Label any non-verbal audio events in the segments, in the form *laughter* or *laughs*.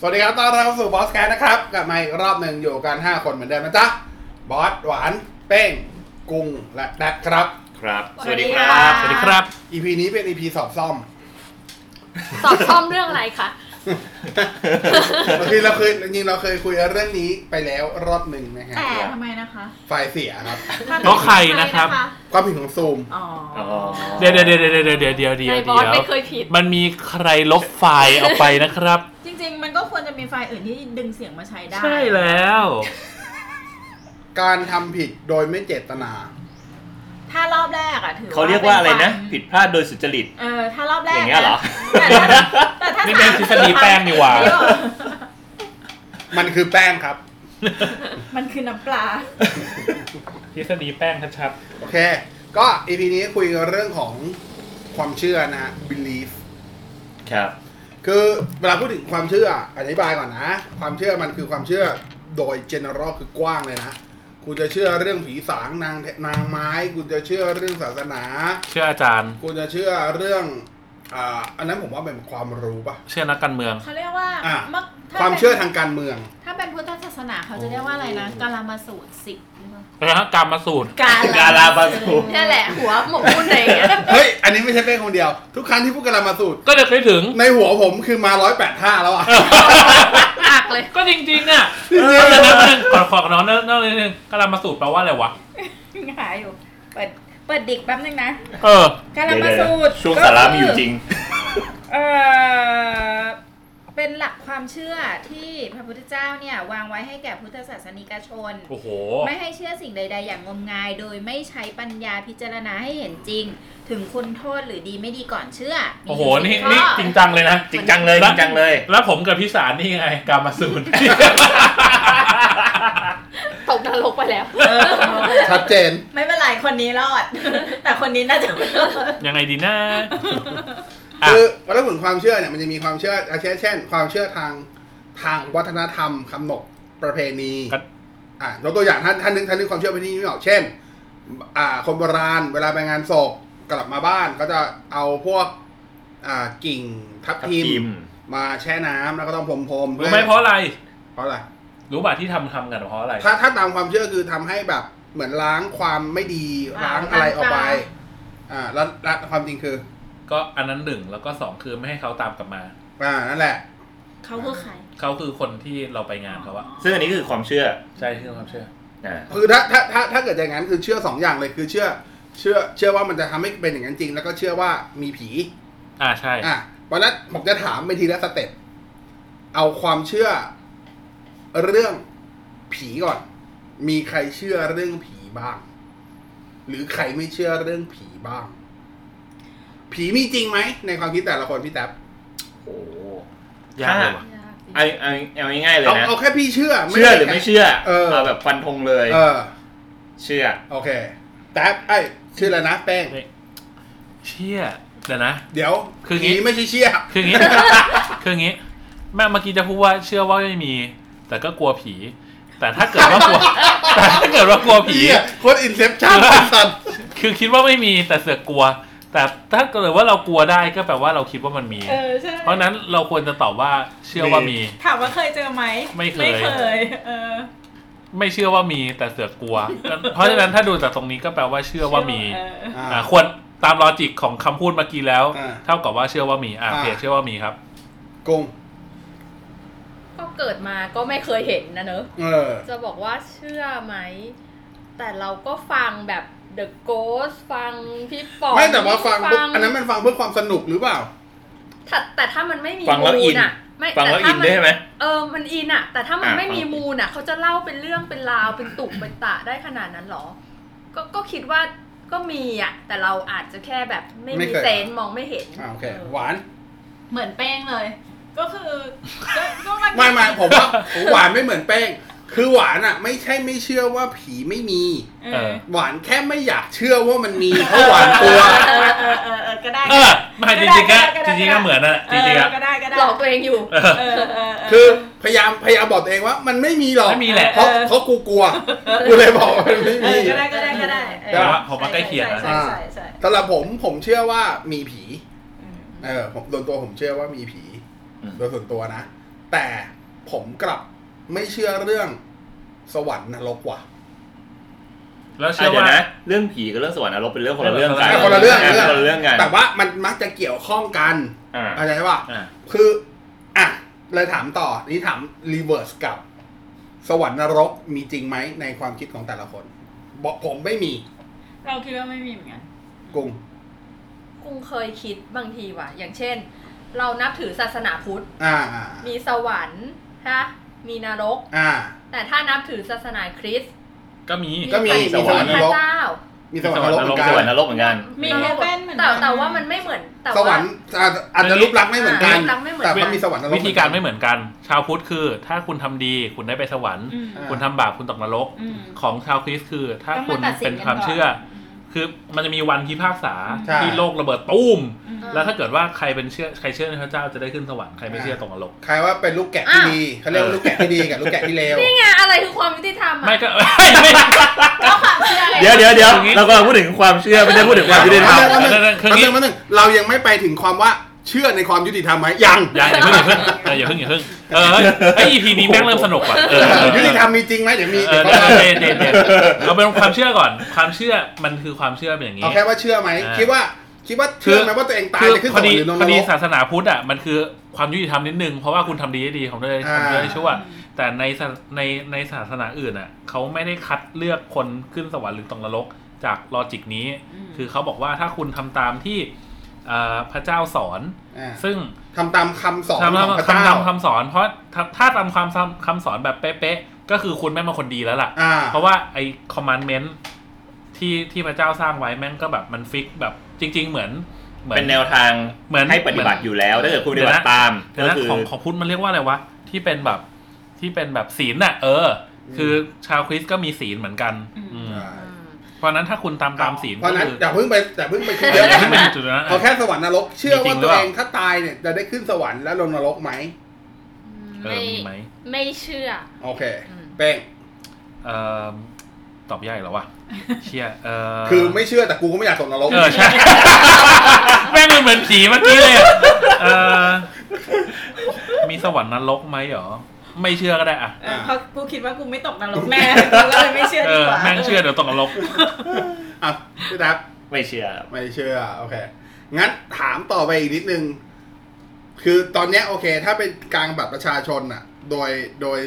สวัสดีครับ ต้อนรับเข้าสู่บอสแคสนะครับ กลับมาอีกรอบหนึ่งอยู่กัน 5 คนเหมือนเดิมนะจ๊ะ บอส หวาน เป้ง กุ้ง และแดดครับ ครับ สวัสดีครับสวัสดีครับ EP นี้เป็น EP สอบซ่อม สอบซ่อมเรื่องอะไรคะ เมื่อกี้เราเคยจริงๆเราเคยคุยเรื่องนี้ไปแล้วรอบหนึ่งนะฮะ แต่ทำไมนะคะ ไฟล์เสียครับ ก็ใครนะครับ ความผิดของซูม อ๋อ อ๋อ เดี๋ยวเดี๋ยวเดี๋ยวเดี๋ยวเดี๋ยวเดี๋ยวเดี๋ยว ในบ เดี๋ อส ยว ไม่เคยผิด มันมีใครลบไฟล์ออกไปนะครับ จริง ๆ มันก็ควรจะมีไฟล์อื่นที่ดึงเสียงมาใช้ได้ ใช่แล้ว การทำผิดโดยไม่เจตนา ถ้ารอบแรกอะถือ เขาเรียกว่าอะไรนะ เป็ ผิดพลาดโดยสุจริต เออถ้ารอบแรก อย่างเงี้ยเหรอ แต่ถ้าแต่ถ้า นี่เป็นทฤษฎีแป้งดีกว่า เดี๋ยว มันคือแป้งครับ มันคือน้ำปลา ทฤษฎีแป้งชัด โอเค ก็ EP นี้คุยเรื่องของความเชื่อนะฮะ belief ครับ คือเวลาพูดถึงความเชื่ออธิบายก่อนนะ ความเชื่อมันคือความเชื่อโดย general คือกว้างเลยนะคุณจะเชื่อเรื่องผีสางนางนางไม้คุณจะเชื่อเรื่องศาสนา ๆเชื่ออาจารย์ คุณจะเชื่อเรื่องอ่าอันนั้นผมว่าเป็นความรู้ปะ เชื่อนักการเมือง เขาเรียกว่า อ่ะ เมื่อถ้ ความ ป็น เชื่อทางการเมือง ถ้าเป็นพุทธศาสนาเขาจะเรียกว่าอะไรนะกาลามาสูตรสิบหรือเปล่า แล้วกรรมสูตร กาลามาสูตร นี่แหละ หัวหมกมุ่นอะไรอย่างเงี้ย เฮ้ย อันนี้ไม่ใช่เป้งคนเดียว ทุกครั้งที่พูดกำลันมาสูตร ก็จะคิดถึง ในหัวผมคือมาร้อยแปดท่าแล้วอ่ะ อักเลย ก็จริงๆอ่ะ จริงๆ เออแล้วนะขอขอขอน้องนั่นนิดนึงกรรมสูตรแปลว่าอะไรวะ หายอยู่ เปิดเปิดดิกแป๊บนึงนะ เออ กาลามา เดี๋ยว สูตร ๆช่วงสาระมีอยู่จริง เออเป็นหลักความเชื่อที่พระพุทธเจ้าเนี่ยวางไว้ให้แก่พุทธศาสนิกชน โอ้โห ไม่ให้เชื่อสิ่งใด ๆ อย่างงมงาย โดยไม่ใช้ปัญญาพิจารณาให้เห็นจริง ถึงคุณโทษหรือดีไม่ดีก่อนเชื่อ โอ้โห มี นี่ สิบข้อ นี่จริงจังเลยนะ จริงจังเลยจริงจังเลย แล้วผมกับพี่สารนี่ไงกรรมสูตร ตกนรกไปแล้ว เออ ชัดเจน *laughs* ไม่เป็นไรคนนี้รอด แต่คนนี้น่าจะไม่รอด ยังไงดีนะ อ่ะ คือวัฒนธรรมความเชื่อเนี่ยมันจะมีความเชื่ออาเช่นเช่น ความเชื่อทางทางวัฒนธรรมคำนบประเพณี ครับ อ่ายกตัวอย่างท่านท่านนึงท่านนึงความเชื่อประเพณีไม่ออกเช่น อ่า คนโบราณเวลาไปงานศพกลับมาบ้านก็จะเอาพวก อ่ากิ่งทับ ครับ ทิม ทีม มาแช่น้ำแล้วก็ต้องพรมพรมๆ รู้ไหมเพราะอะไร เพราะอะไร รู้ป่ะที่ทำทำกันเพราะอะไร ถ้าถ้าตามความเชื่อคือทำให้แบบเหมือนล้างความไม่ดีล้างอะไรออกไป อ่าแล้วแล้วความจริงคือ ก็อันนั้นหนึ่งแล้วก็สองคือไม่ให้เขาตามกลับมา อ่านั่นแหละ เขาคือใคร เขาคือคนที่เราไปงานเขาอะ ซึ่งอันนี้คือความเชื่อ ใช่ที่ความเชื่อ อ่า คือถ้าถ้าถ้าถ้าเกิดอย่างนั้นคือเชื่อสองอย่างเลยคือเชื่อเชื่อเชื่อว่ามันจะทำให้เป็นอย่างนั้นจริง แล้วก็เชื่อว่ามีผี อ่าใช่ อ่ะวันนั้นผมจะถามเป็นทีละสเต็ปเอาความเชื่อเรื่องผีก่อน มีใครเชื่อเรื่องผีบ้าง หรือใครไม่เชื่อเรื่องผีบ้าง ผีมีจริงไหมในความคิดแต่ละคนพี่แท็บ โอ้โห ยากเลยว่ะ เอาเอาเอาง่ายๆเลย เอา นะ เอาแค่พี่เชื่อ เชื่อ ใช่ หรือไม่ แค่ เชื่อ เออ เอาแบบฟันธงเลย เออ เชื่อ โอเคแท็บไอ้ยชื่ออะไรนะแป้ง เชี่ยเดี๋ยวนะ เดี๋ยว คืองี้ ผีไม่ใช่เชื่อ คืออย่างงี้ *laughs* คืออย่างงี้ แม่เมื่อกี้จะพูดว่าเชื่อว่าไม่มี แต่ก็กลัวผี แต่ถ้าเกิดว่ากลั *laughs* ว แต่ถ้าเกิดว่ากลัวผี เหี้ยโคตรอินเซปชั่นสัตว์ คือคิดว่าไม่มีแต่เสือกกลัว แต่ถ้าเกิดว่าเรากลัวได้ก็แปลว่าเราคิดว่ามันมี เออใช่ เพราะฉะนั้นเราควรจะตอบว่าเชื่อว่ามี ถามว่าเคยเจอไหม ไม่เคย ไม่เคยเออ ไม่เชื่อว่ามีแต่เสือกกลัว เพราะฉะนั้นถ้าดูจากตรงนี้ก็แปลว่าเชื่อว่ามี เออ อ่าควรตามลอจิกของคำพูดเมื่อกี้แล้ว อ่า เท่ากับว่าเชื่อว่ามีอ่า อ่า เพจเชื่อว่ามีครับ กง ก็เกิดมาก็ไม่เคยเห็นนะเนอะ เออ จะบอกว่าเชื่อไหม แต่เราก็ฟังแบบ The Ghost ฟังพี่ป๋อง ไม่แต่ว่าฟังปุ๊บ ฟั อันนั้นมันฟังเพื่อความสนุกหรือเปล่า แต่แต่ถ้ามันไม่มี ฟังแล้ว มู อิ ล น อะไม่ ฟังแล้ว ต่ถ้า อิน มั ได้ไหม เออ มันอินอะแต่ถ้ามัน อ่ะ ไม่มี ครับ มูลอะเขาจะเล่าเป็นเรื่องเป็นราว เป็นตุกเป็นตะได้ขนาดนั้นเหรอ ก็ ก็คิดว่า ก็มีอะแต่เราอาจจะแค่แบบไม่ ไม่ มี เคย เซนส์มองไม่เห็น อ่าโอเค ออ หวาน เหมือนแป้งเลย ก็คือก็ก็มัน ไม่ไม่ผมว่าผมหวานไม่เหมือนแป้ง คือหวานอ่ะ ไม่ใช่ไม่เชื่อว่าผีไม่มี เอ เอ อ อ หวานแค่ไม่อยากเชื่อว่ามันมีเพราะหวานกลัว เออเออเออเออก็ได้ เออไม่จริงๆก็ ก็ จ ได้ ริงๆ ก็ได้ ก็เหมือนนั่นแหละจริงๆ เอ อะ อก็ได้ก็ได้ หลอกตัวเองอยู่ เออ เออเออเ คือพยายามพยายามบอกตัวเองว่า มันไม่มีหรอก ไม่มีแหละ เพราะเพราะกูกลัวกูเลยบอกว่ามันไม่ เอ มี อก็ได้ก็ได้ก็ได้เออ แต่ว่าผมว่าใกล้เคียงนะ ใช่ใช่ใช่ใช่ สำหรับผมผมเชื่อว่ามีผี เออผมโดนตัวผมเชื่อว่ามีผี อืม โดยส่วนตัวนะ แต่ผมกลับไม่เชื่อเรื่องสวรรค์นรกว่ะ แล้ว อ่ะ เชื่อ เดี๋ย ว่า วนะ เรื่องผีกับเรื่องสวรรค์นรกเป็นเรื่องคนละเรื่องกัน คนละเรื่อง ะคนละเรื่องกัน แต่ว่ามันมักจะเกี่ยวข้องกัน อ่า เข้าใจป่ะ อ่า คืออ่ะเลยถามต่อ นี่ถามรีเวิร์สกับ สวรรค์นรกมีจริงไหมในความคิดของแต่ละคนบอกผมไม่มี เราคิดว่าไม่มีเหมือนกัน กรุง กุงเคยคิดบางทีว่ะ อย่างเช่น เรานับถือศาสนาพุทธ อ่าอ่า มีสวรรค์ฮะมีนรก อ่า แต่ถ้านับถือศาสนาคริสต์ ก็มี ก็มี มี มี ส ส ว ว ร รรรค์ ค์ พ น ระ รก เจ้า มีสวรรค์นรกเหมือนกั สวนรรค์นรกเหมือนกัน มี heaven เหมือนกัน แต่แต่ว่ามันไม่เหมือนแต่ สว ว่า รรค์อาจจะอาจจะรูปลักษณ์ไม่เหมือนกัน รูปลักษณ์ไม่เหมือนกั แต่ น มันมีสวรรค์นรก วิธีการไม่เหมือนกัน ชาวพุทธคือ ถ้าคุณทำดีคุณได้ไปสวรรค์ อืม คุณทำบาปคุณตกนรก อืม ของชาวคริสต์คือ ถ้า ต้อง คุณมาตัดสิ เป็น น กันก่อน ความเชื่อ คือมันจะมีวันพิพากษา ใช่ ที่โลกระเบิดตุ้ม อืม แล้วถ้าเกิดว่าใครเป็นเชื่อใครเชื่อในพระเจ้าจะได้ขึ้นสวรรค์ใครไม่เชื่อตกนรก ใครว่าเป็นลูกแกะที่ดีเขาเรียกว่าลูกแกะที่ดีกับลูกแกะที่เลว นี่ไงอะไรคือความยุติธรรมอ่ะ ไม่ก็ ไม่ไม่ เดี๋ยวเดี๋ยวเดี๋ยว อย่างงี้ เรากำลังพูดถึงความเชื่อไม่ได้พูดถึงความยุติธรรม แป๊บนึง เออเออ แป๊บ เออ นึงแป๊บนึงเรายังไม่ไปถึงความว่าเชื่อในความยุติธรรมไหมยัง ยังอย่าเพิ่งอย่าเพิ่งเอออย่าเพิ่งอย่าเพิ่งเออเฮ้ยไอ EP นี้แม่งเริ่มสนุกว่ะเออเออเออ ยุติธรรมมีจริงไหมเดี๋ยวมี เอ เดี๋ยวเขาอเอ ว่า อเด็ดเด็ดเด็ดเราเป็นความเชื่อก่อน ความเชื่อมันคือความเชื่อเป็นอย่างนี้ เอาแค่ว่าเชื่อไหม อ่า คิดว่าคิดว่าเชื่อไหมว่าตัวเองตาย คือ จะขึ้น พ ส อ วรร ดี ค์หรือน พ ร อก ดีศาสนาพุทธอ่ะมันคือความยุติธรรมนิดนึง เพราะว่าคุณทำดีได้ดีของเธอ อ่า ทำชั่วได้ชั่ว แต่ในศาในในศาสนาอื่นอ่ะเขาไม่ได้คัดเลือกคนขึ้นสวรรค์หรือตกนรกจากลอจิกนี้ อืม คือเขาบอกว่าถ้าคุณทำตามที่เอ่อพระเจ้าสอน อ่า ซึ่ง ทำตามคำสอน ทำ ของ ทำ พระเจ้า ทำทำคำสอนเพราะถ้าถ้าทำความคำสอนแบบเป๊ะๆก็คือคุณแม่งเป็นคนดีแล้วล่ะ อ่า เพราะว่าไอ้คอมมานเมนต์ที่ที่พระเจ้าสร้างไว้แม่งก็แบบมันฟิกแบบจริง ๆ เหมือนเหมือ เป็น นแนวทาง เหมือน ให้ปฏิบัติอยู่แล้ว ถ้าเกิดคุณปฏิบั เดี๋ ติ ยวนะ ตาม เดี๋ยว ก็ นะ คือ ของของพุทธมันเรียกว่าอะไรวะ ที่เป็นแบบที่เป็นแบบศีลน่ะ เออ คือชาวคริสต์ก็มีศีลเหมือนกัน อืม อืม อ่า เพราะฉนั้นถ้าคุณตามตามศีล เพ ก็ ราะนั้น คือ อย่าเพิ่งไปอย่าเพิ่งไปคิด เดี๋ เย ยอะวเดี๋ยวให้มันอยู่จุดนั้น เอาแค่สวรรค์นรก เชื่อว่า จริงๆ ตัว หรือเป เอ ล่า งถ้าตายเนี่ยจะได้ขึ้นสวรรค์และลงนรกไหม เออ ไม่ มีไหม ไม่เชื่อ โอเค อ เป้ง เอ่อตอบยากอีกแล้ววะเชี่ยเออ คือไม่เชื่อแต่กูก็ไม่อยากตกนรก เออใช่ *laughs* แม่งมันเหมือนผีเมื่อกี้เลยอะเออมีสวรรค์นรกไหมเหรอ ไม่เชื่อก็ได้อะ เออเพราะกูคิดว่ากูไม่ตกนรกแน่กูก็เลยไม่เชื่อ เอ ดี อก ว่า แม่งเชื่อเดี๋ยวตกนรก อ่ะพี่ดับ ไม่เชื่อ ไม่เชื่อโอเค งั้นถามต่อไปอีกนิดนึง คือตอนเนี้ยโอเค ถ้าเป็นกลางบัตรประชาชนอะโดยโดย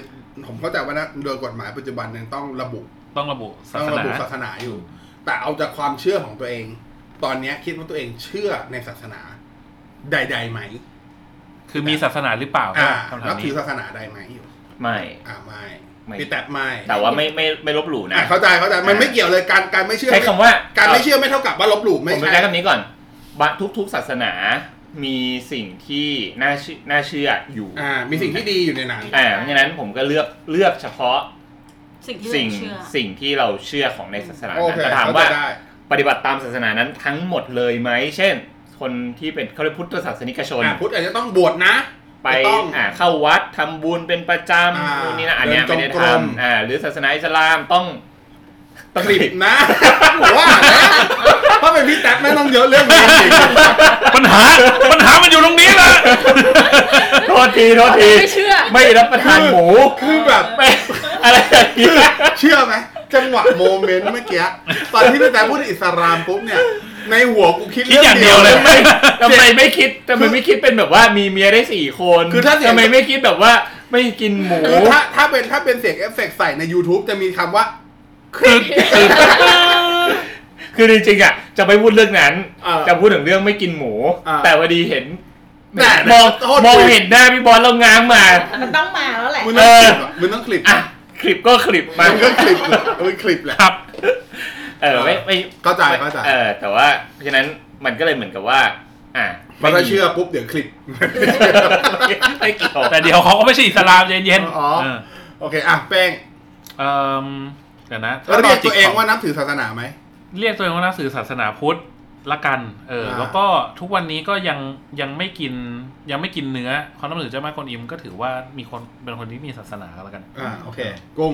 ผมเข้าใจว่านะโดยกฎหมายปัจจุบันยังต้องระบุ ต้องระบุศา ต้อง ส ระ นา บุศาสนาอยู่ แต่เอาจากความเชื่อของตัวเอง ตอนเนี้ยคิดว่าตัวเองเชื่อในศาสนาใดๆไหม คือมีศาสนาหรือเปล่า อ่า คำถา นั ม บถื นี้ อศาสนาใดไหมอยู่ ไม่ อ่าไม่ ไม่ พี่แต่ไม่ แต่ว่าไม่ไม่ไม่ลบหลู่นะ อ่าเข้าใจเข้าใจมันไม่เกี่ยวเลยการการไม่เชื่อ ใช้คำว่า การไม่เชื่อไม่เท่ากับว่าลบหลู่ไม่ ผมไป ใช่ ใช้คำนี้ก่อนบะทุกๆศาสนามีสิ่งที่น่าเชื่อน่าเชื่ออยู่ อ่า มีสิ่งที่ดีอยู่ในนั้น อ่าเพราะฉะนั้นผมก็เลือกเลือกเฉพาะ สิ่งที่ สิ่ง เราเชื่อ สิ่งที่เราเชื่อของในศาสนา โอ นั้น เค แต่ถาม เข้าใจ ว่า ได้ ปฏิบัติตามศาสนานั้นทั้งหมดเลยไหม เช่น คนที่เป็นเขาเรียกพุทธศาสนิกชน อ่ะพุทธอาจจะต้องบวชนะ ไป จะต้อง อ่าเข้าวัดทำบุญเป็นประจ อ่า ำนู่นนี่นะอันเนี้ย เดินไม่จง ได้ กรม ทำอ่าหรือศาสนาอิสลามต้องต้อง กลิบนะว่านะเพราะเป็นพี่แท็กไม่งต้องเยอะเรื่องนี้จริง ปัญหา ปัญหามันอยู่ตรงนี้แหละ โทษทีโทษที ไม่เชื่อ ไม่รับประทานหมู ๆคือแบบ ไม่อะไรอย่างเงี้ย เชื่อไหมจังหวะโมเมนต์เมื่อกี้ตอนที่พี่แท็กพูดถึงอิสลามปุ๊บเนี่ย ในหัวกูคิด คิดอย่างเดียวเลย รื่อง ทำไมไม่คิดทำไมไม่คิดเป็นแบบว่ามีเมียได้สี่คน คือถ้าเสีย ทำไมไม่คิดแบบว่าไม่กินหมู คือถ้าถ้าเป็นถ้าเป็นเสียงเอฟเฟกต์ใส่ใน YouTube จะมีคำว่า คือคือ คือจริงๆอ่ะจะไม่พูดเรื่องนั้น เออ จะพูดถึงเรื่องไม่กินหมู อ่า แต่พอดีเห็น แหม่ มอง โทษ มองเห็นหน้าพี่บอลเราง้างมา มันต้องมาแล้วแหละ มึงต้องคลิปเหรอมึงต้องคลิป อ่ะคลิปก็คลิปมา มึงก็คลิปเหรอมึงคลิปแหละ ครับ เออไม่ไม่ เข้าใจเข้าใจ เออแต่ว่าเพราะฉะนั้นมันก็เลยเหมือนกับว่า อ่ะ *laughs* พอถ้าเชื่อปุ๊บเดี๋ยวคลิป ไม่เกี่ยว แต่เดี๋ยวเขาก็ไม่ใช่อิสลามเย็นๆ อ๋อ เออ โอเคอ่ะแป้ง เอิ่มเดี๋ยวนะถ้า แล้วเรียก logic ตัวเอง ข ว่านับถือศาสนาไหม เรียกตัวเองว่านักสื่อศาสนาพุทธละกันเออ อ่า แล้วก็ทุกวันนี้ก็ยังยังไม่กินยังไม่กินเนื้อความนับถือเจ้าแม่กวนอิมก็ถือว่ามีคนเป็นคนที่มีศาสนาก็แล้วกัน อ่าโอเคกุ้ง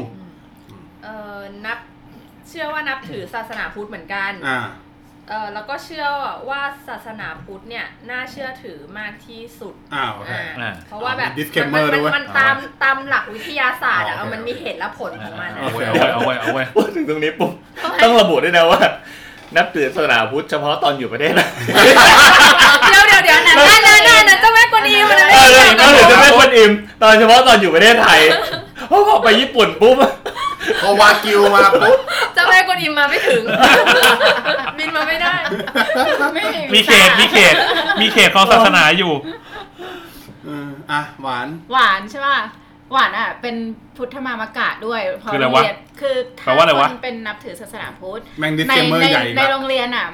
เออนับ เชื่อว่านับถือศาสนาพุทธเหมือนกัน อ่า เออแล้วก็เชื่อว่าศาสนาพุทธเนี่ยน่าเชื่อถือมากที่สุด อ้าวโอเค อ่า อ่า เพราะว่าแบบ มี disclaimer มั ด้วยเว้ย มันตามตามหลักวิทยาศาสตร์อะ อ๋อโอเค เอามันมีเหตุและผลของมันอะ เอาไว้เอาไว้เอาไว้เอาไว้ พูดถึงตรงนี้ปุ๊บต้องระบุด้วยนะว่า นับถือศาสนาพุทธเฉพาะตอนอยู่ประเทศนะ เดี๋ยวเดี๋ยวเดี๋ยวนะนั่นนั่นนั่นนั่นเจ้าแม่กวนอิมมัน เอ ไม่ อ เกี่ เดี๋ย ยวว อีกก็ถืกับอจะไม่คนอิ่มตอนเฉพาะตอนอยู่ประเทศไทยเพราะพอไปญี่ปุ่นปุ๊บ พอวากิวมาปุ๊บ เจ้าแม่กวนอิมมาไม่ถึง บินมาไม่ได้ ไม่ มีเขตมีเขตมีเขตของศาสนาอยู่ เอออ่ะ หวาน หวานใช่ป่ะ หวานอ่ะ เป็นพุทธมามกะด้วยพ คืออะไรวะ เรียนคือ แปลว่าอะไรวะ คนเป็นนับถือศาสนาพุทธ แม่งดิส ใน เคมเมอ ใน ร์ใหญ่ ใน แบบ โรงเรียนอ่ะ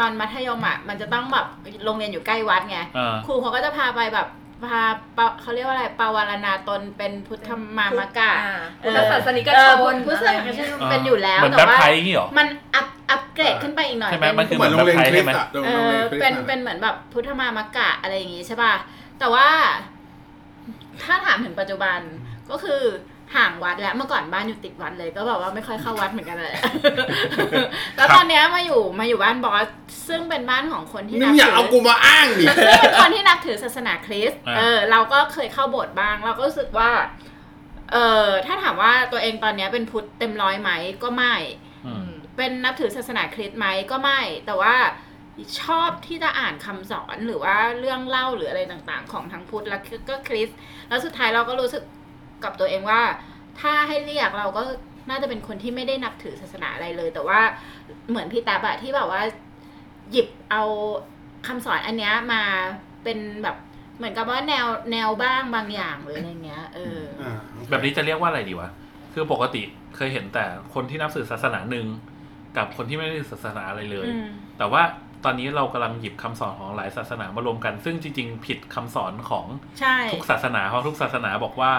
ตอนมัธยมอ่ะ มันจะต้องแบบโรงเรียนอยู่ใกล้วัดไง อ่า ครูเขาก็จะพาไปแบบพาปะเขาเรียกว่าอะไรปาวารณาตนเป็นพุทธมามกะ อ่าพุทธศาสนิก เอ ช อน พุทธศาสนิกชน อ่า เป็นอยู่แล้ว เหมือน แต่ แบบ ว่า ไทยอย่างงี้เหรอ มันอัพอัพเกรดขึ้นไปอีกหน่อย ใช่ไหมมันคือ เหมือนโรงเรียนคริสต์อะ เอ โรง อ เรียนคริส เป็น ต์อะ เป็นเหมือนแบบพุทธมามกะอะไรอย่างงี้ใช่ป่ะ แต่ว่า ถ้าถามถึงปัจจุบันก็คือห่างวัดแล้วเมื่อก่อนบ้านอยู่ติดวัดเลยก็แบบว่าไม่ค่อยเข้าวัดเหมือนกันเลย แล้ว ครับ ตอนเนี้ยมาอยู่มาอยู่บ้านบอสซึ่งเป็นบ้านของคนที่ นี่ นั มึ บ งอย่า ถื เอากูมาอ้างดิ ซึ่งเป็นคนที่นับถือศาสนาคริสต์ อ่า เออ เราก็เคยเข้าโบสถ์บ้าง เราก็รู้สึกว่า เออถ้าถามว่าตัวเองตอนเนี้ยเป็นพุทธเต็มร้อยไหมก็ไม่ อืม เป็นนับถือศาสนาคริสต์ไหมก็ไม่ แต่ว่าชอบที่จะอ่านคำสอนหรือว่าเรื่องเล่าหรืออะไรต่างๆ ของทั้งพุทธและก็คริสต์แล้วสุดท้ายเราก็รู้สึกกับตัวเองว่า ถ้าให้เรียกเราก็น่าจะเป็นคนที่ไม่ได้นับถือศาสนาอะไรเลย แต่ว่าเหมือนพี่ตาบะที่แบบว่า หยิบเอาคำสอนอันเนี้ยมาเป็นแบบเหมือนกับว่าแนวแนวบ้างบางอย่างหรืออะไรเงี้ย เออ อ่า แบบนี้จะเรียกว่าอะไรดีวะ คือปกติเคยเห็นแต่คนที่นับถือศาสนาหนึ่งกับคนที่ไม่ได้นับถือศาสนาอะไรเลย อืม แต่ว่าตอนนี้เรากำลังหยิบคำสอนของหลายศาสนามารวมกัน ซึ่งจริง ๆ ผิดคำสอนของ ใช่ ทุกศาสนา เพราะทุกศาสนาบอกว่า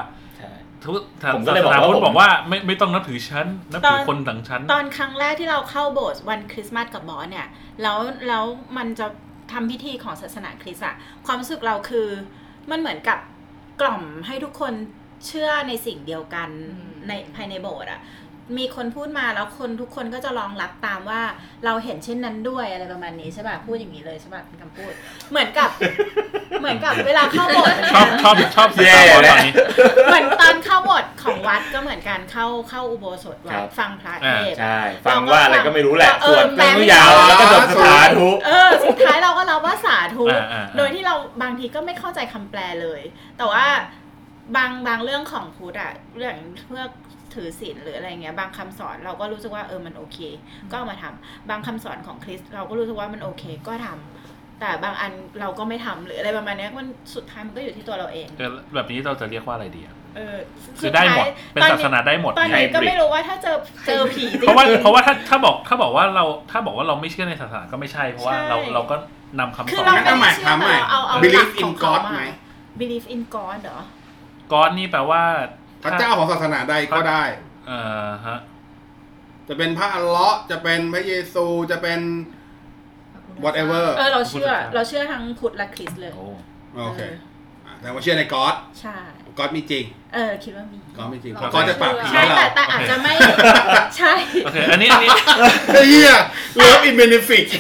ทุกศา ผมก็ ศา เลย ส บอก นา ว่า พุทธ ผม บอกว่าไม่ไม่ต้องนับถือฉันนับถือ ตอน คนต่างชั้น ตอนครั้งแรกที่เราเข้าโบสถ์วันคริสต์มาสกับบอสเนี่ย แล้วแล้วมันจะทำพิธีของศาสนาคริสต์อะความรู้สึกเราคือมันเหมือนกับกล่อมให้ทุกคนเชื่อในสิ่งเดียวกัน อืม ในภายในโบสถ์อะมีคนพูดมาแล้วคนทุกคนก็จะรองรับตามว่าเราเห็นเช่นนั้นด้วยอะไรประมาณนี้ใช่ป่ะพูดอย่างนี้เลยใช่ป่ะเป็นคำพูด เหมือนกับ *laughs* เหมือนกับเวลาเข้าโบสถ์ ชอบชอบชอบ แย่ สตาร์วอร์ส แล้ว ตอนนี้ เหมือนตอนเข้าโบสถ์ของวัดก็เหมือนการเข้าเข้าอุโบสถวัคดรับ ฟังพระเท อ่า ศน์ ใช่ ฟังว่าอะไรก็ไม่รู้แหละ เอสอวด แปล เรื่ ไม่ องยาวแล้วก็จบสาธุ เออสุดท้ายเราก็รับว่าสาธุ อ่าอ่าอ่า โดยที่เราบางทีก็ไม่เข้าใจคำแปลเลย แต่ว่าบางบางเรื่องของพุทธอะเรื่องเพื่อถือศีลหรืออะไรเงี้ย บางคำสอนเราก็รู้สึกว่าเออมันโอเค ก็เอามาทำบางคำสอนของคริสต์เราก็รู้สึกว่ามันโอเคก็ทำแต่บางอันเราก็ไม่ทำหรืออะไรประมาณเนี้ยมันสุดท้ายมันก็อยู่ที่ตัวเราเอง เออแบบนี้เราจะเรียกว่าอะไรดีอะ เออ คือได้หมด เป็นศาสนาได้หมด ตอน ไง นี้ก็ไม่รู้ว่าถ้าเจอเจอผีจงๆ เพราะว่าเพราะว่าถ้าถ้าบอกถ้าบอกว่าเราถ้าบอกว่าเราไม่เชื่อในศาสนาก็ไม่ใช่เพราะว่าเรา ใช่ เราก็นำคำ คื ส อ อน เรา งั้นเอาใหม่ ไม่เชื่อ ถามใหม่ แต่เราเอาเอา Believe หลักของ in เขา God มา ไหม believe in God เหรอ ก้อนนี่แปลว่า พระเจ้าของศาสนาใดก็ได้ เออฮะ จะเป็นพระอัลเลาะห์จะเป็นพระเยซู จะเป็น whatever เออเราเชื่อ พุทธเจ้า เราเชื่อทั้งพุทธและคริสต์เลย โอ้ โอเคอ่ะแต่ว่าเชื่อในก๊อด ใช่ ก๊อดมีจริง เออคิดว่ามี ก๊อดมีจริง เรา ก๊อดจะปราบผี ใช่ เรา แต่แต่อาจจะไม่ ใช่ โอเค อันนี้อัน *laughs* นี้ ไอ้เหี้ย love in benefit *laughs*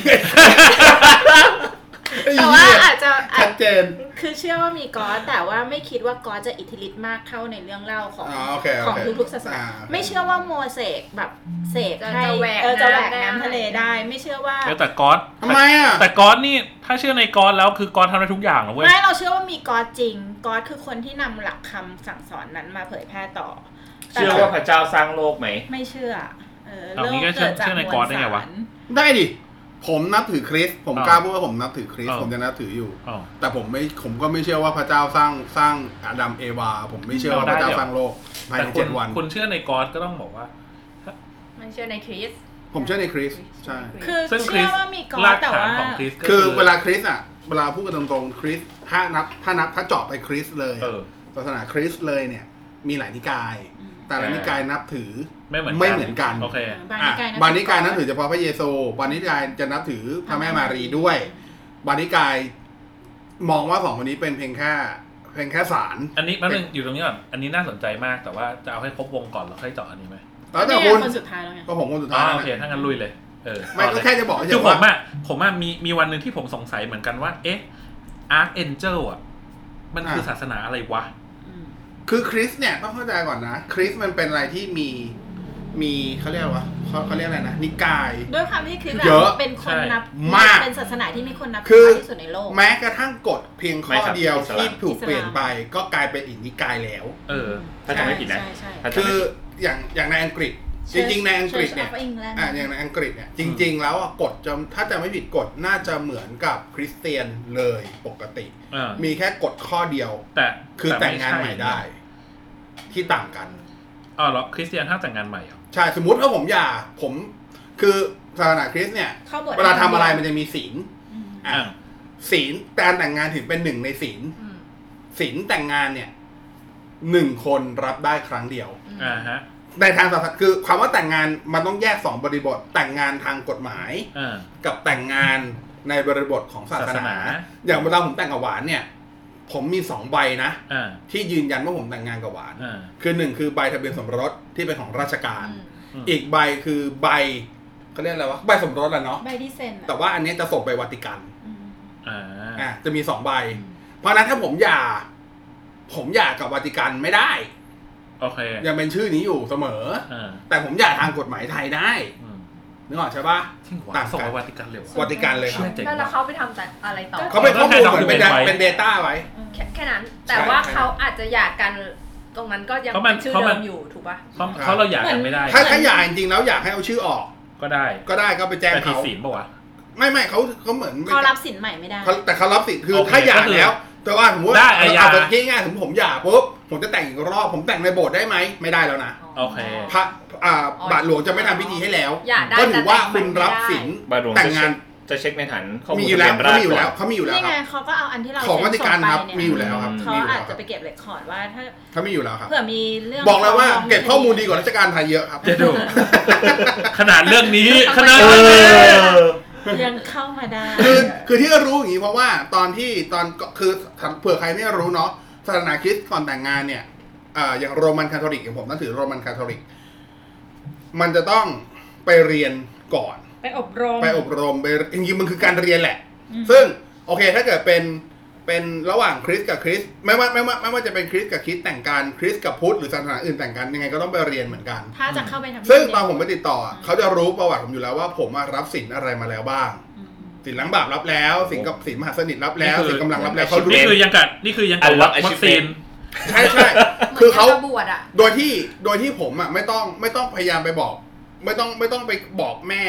ไอ้ แต่ เหี้ ว่าย อาจจะอา ชั จ ดเจน คือเชื่อว่ามีก๊อดแต่ว่าไม่คิดว่าก๊อดจะอิทธิฤทธิ์มากเท่าในเรื่องเล่าของ อ๋อโอเคโอ ของ เค ทุกๆศาสนา อ่ ไม่เชื่อว่าโมเสกแบบเสก จะ ให้ จะแหวก เออจะแหวก น้ำ น้ำ ได้ ทะเลได้ ไม่เชื่อว่า แล้วแต่ก๊อต ทำไมอ่ะ แต่ก๊อตนี่ถ้าเชื่อในก๊อตแล้วคือก๊อตทำได้ทุกอย่างเหรอเว้ย ไม่เราเชื่อว่ามีก๊อดจริงก๊อดคือคนที่นำหลักคำสั่งสอนนั้นมาเผยแพร่ต่อ เชื่อว่าพระเจ้าสร้างโลกไหม ไม่เชื่อเออ เอา โล งี้ ก ก็เชื่อ เกิดจาก เชื่อใน ม ก๊อวล ดได้สาวไงะ ร ได้ดิ ผมนับถือคริสต์ผม อ่าก ล้าพูดว่าผมนับถือคริสต์ อ่า ผมจะนับถืออยู่ อ๋อ แต่ผมไม่ผมก็ไม่เชื่อว่าพระเจ้าสร้างสร้างอาดัมเอวา ผมไม่เชื่อว่าพระเจ้าสร้างโลกภาย แต่ ใน คุ เจ็ ณ ดวัน คุณเชื่อในก๊อตก็ต้องบอกว่า ไม่เชื่อในคริสต์ ผมเชื่อในคริสต์ใช่ คือ ซึ่งคริ เชื่ ส อ ต์ ว่ามีก๊อ ราก ดแต่ ฐาน ว่า ของคริสต์ก็ คือเวลาคริสต์อ่ะ เวลาพูดกันตรงๆคริสต์ถ้านับถ้านับถ้าเจาะไปคริสต์เลย เออ ศาสนาคริสต์เลยเนี่ย มีหลายนิกาย อืม แต่ละนิกายนับถือ ไม่เหมือน ไม่เหมือนกัน โอเค บาง อ่ะ นิกายนะ บางนิกายนับถือเฉพาะพระเยซูบางนิกายจะนับถือพระแม่มารีด้วยบางนิกายมองว่าสองคนนี้เป็นเพียงแค่เพียงแค่สาร อันนี้แป๊บนึงอยู่ตรงนี้ก่อน อันนี้น่าสนใจมากแต่ว่าจะเอาให้ครบวงก่อนแล้วค่อยเจาะอันนี้ไหม แล้วแต่ นี่ไง คุณ คนสุดท้ายแล้วไง ก็ผมคนสุด อ๋อ ท้าย โอ นะ เคถ้างั้นลุยเลย เออ ไม่ ต่อ ก็ เลย แค่จะบอก คื เฉ อย ๆ ผม ว่า อะผมอะมีมีวันหนึ่งที่ผมสงสัยเหมือนกันว่า เอ๊ะอาร์คเอนเจลอะมันคือศาสนาอะไรวะ อืม คือคริสเนี่ยต้องเข้าใจก่อนนะ คริสมันเป็นอะไรที่มี มีเขาเรียกว่าเขาเขาเรียกอะไรนะ นิกาย ด้วยความที่คริสต์ เยอะ อะเป็นคนนับ มาก เป็นศาสนาที่มีคนนับ คือ มากที่สุดในโลก แม้กระทั่งกฎเพียงข้ ไม่ อ ครับ เดียว อิสลาม ที่ถูก อิสลาม เปลี่ยนไปก็กลายเป็นอีกนิกายแล้ว เออ ถ้าจำไม่ผิดนะ ใช่ใช่ใช่ ถ้าจำ คื ไม่ อ ผิด อย่างอย่างในอังกฤษ จริง ๆ ในอังกฤษเนี่ย Church of England อ่ะอย่างในอังกฤษเนี่ยจริง ๆ แล้วอ่ะกฎจะถ้าจะไม่ผิดกฎน่าจะเหมือนกับคริสเตียนเลยปกติ เออ มีแค่กฎข้อเดียว แต่ คือแต่งงานใหม่ ช่ ได้ ที่ต่างกัน อ๋อเหรอคริสเตียนห้ามแต่งงานใหม่เหรอ ใช่สมมติว่าผมอย่าผมคือศาสนาคริสต์เนี่ย เข้าบท เวลาทำอะไรมันจะมีศีล อืม อ่ะ อ่า ศีลการแต่งงานถือเป็นหนึ่งในศีล อืม ศีลแต่งงานเนี่ยหนึ่งคนรับได้ครั้งเดียว อืม อ่าฮะ ในทางศาสนาคือความว่าแต่งงานมันต้องแยกสองบริบท แต่งงานทางกฎหมาย อ่า กับแต่งงานในบริบทของศาส ศาส นา นา อย่างเวลาผมแต่งกับหวานเนี่ย ผมมีสองใบนะ อ่า ที่ยืนยันว่าผมแต่งงานกับหวาน อ่า คือหนึ่งคือใบทะเบียนสมรสที่เป็นของราชการ ม อีกใบคือใบเขาเรียกอะไรวะใบสมรสแหละเนาะ ใบที่เซ็นอะ แต่ว่าอันเนี้ยจะส่งไปวัติกัน อืม อ่า อ่ะจะมีสองใบ เพราะฉะนั้นถ้าผมหย่า ผมหย่ากับวัติกันไม่ได้ โอเค ยังเป็นชื่อนี้อยู่เสมอ อ่า แต่ผมหย่าทางกฎหมายไทยได้ อืม นึกออกใช่ปะ ที่หัว ต่างกัน ส่งไปวาติกันเลยเหรอ วัติกันเลยครับ เจ๋ง แล้ว ว่ะ เขาไปทำแต่อะไรต่อ เขาเป็นข้อมูลเหมือนเป็น document ไว้ เป็น data ไว้ แค่แค่นั้น แต่ว่า ใช่ เขาอาจจะหย่ากันตรงนั้นก็ยัง เพราะมัน เป็นชื่อ เพราะมั เดิ น มอยู่ถูกป่ะ เขาเขาเราอยากกันไม่ได้ ถ้าถ้าอยากจริงๆแล้วอยากให้เอาชื่อออก ก็ได้ ก็ได้ก็ไปแจ้ง แต่ผิด เขา ศีลปะวะ ไม่ไม่เขาเขาเหมือน เขารับสินใหม่ไม่ได้ เขาแต่เขารับสิทธิ์คือ โอเค ถ้าอยาก ก็คือ แล้ว แต่ว่าผมว่า ได้อาญา เแต่ง่ายๆผมผมอยากปุ๊บผมจะแต่งอีกรอบผมแต่งในโบสถ์ได้ไหมไม่ได้แล้วนะ โอเค พระอ่า อ๋อ บาทหลวงจะไม่ทำพิธีให้แล้ว หย่าได้ ก็ถือว่าคุณรับสิน บาทหลวง แต่งงาน จะเช็คในฐานข้อมูล มีอยู่แล้ว ทะ เขา เบีน มีอยู่ รา แล้วษฎร เขามีอยู่แล้ว นี่ ค ไง รับ เขาก็เอาอันที่เรา ของวัติกัน เซ็นส่งไป ครับ เนี่ย มีอยู่แล้วครับ เขา มีอยู่แล้วคอาจรั จะ บ ไปเก็บเรคคอร์ดว่าถ้า เขามีอยู่แล้วครับ เผื่อมีเรื่อง บอกแล้วว่า ฟ้ง เก็บข้อมูลดีกว่าราชการไทยเยอะครับ จะ *laughs* ดู ขนาดเรื่องนี้ ทำไม ขนาด เอ เรื่องนี้ อ ยังเข้ามาได้ คือคือที่รู้อย่างนี้เพราะว่าตอนที่ตอนก็คือเผื่อใครไม่รู้เนาะศาสนาคริสต์ก่อนแต่งงานเนี่ยเอ่ออย่างโรมันคาทอลิกอย่างผมนับถือโรมันคาทอลิก มันจะต้องไปเรียนก่อน ไปอบรม ไปอบรมไปจริงๆมันคือการเรียนแหละ อืม ซึ่งโอเคถ้าเกิดเป็นเป็นระหว่างคริสต์กับคริสต์ไม่ว่าไม่ว่าไม่ว่าจะเป็นคริสต์กับคริสต์แต่งกันคริสต์กับพุทธหรือศาสนาอื่นแต่งกันยังไงก็ต้องไปเรียนเหมือนกัน ถ้าจะเข้าไปทำ ซึ่งตอนผมไปติดต่ออ่ะเขาจะรู้ประวัติผมอยู่แล้วว่าผมอ่ะรับสินอะไรมาแล้วบ้าง อืม สินล้างบาปรับแล้วสินกับสินมหาสนิทรับแล้วสินกำลังรับแล้วเขารู้ นี่คือยังกัดนี่คือยังกัด อัลล็อก วัคซีน achievement ใช่ใช่ หมืน คือ *laughs* เขา จะบวชอ่ะ โดยที่โดยที่ผมอ่ะไม่ต้องไม่ต้องพยายามไปบอก ไม่ต้องไม่ต้องไปบอกแม่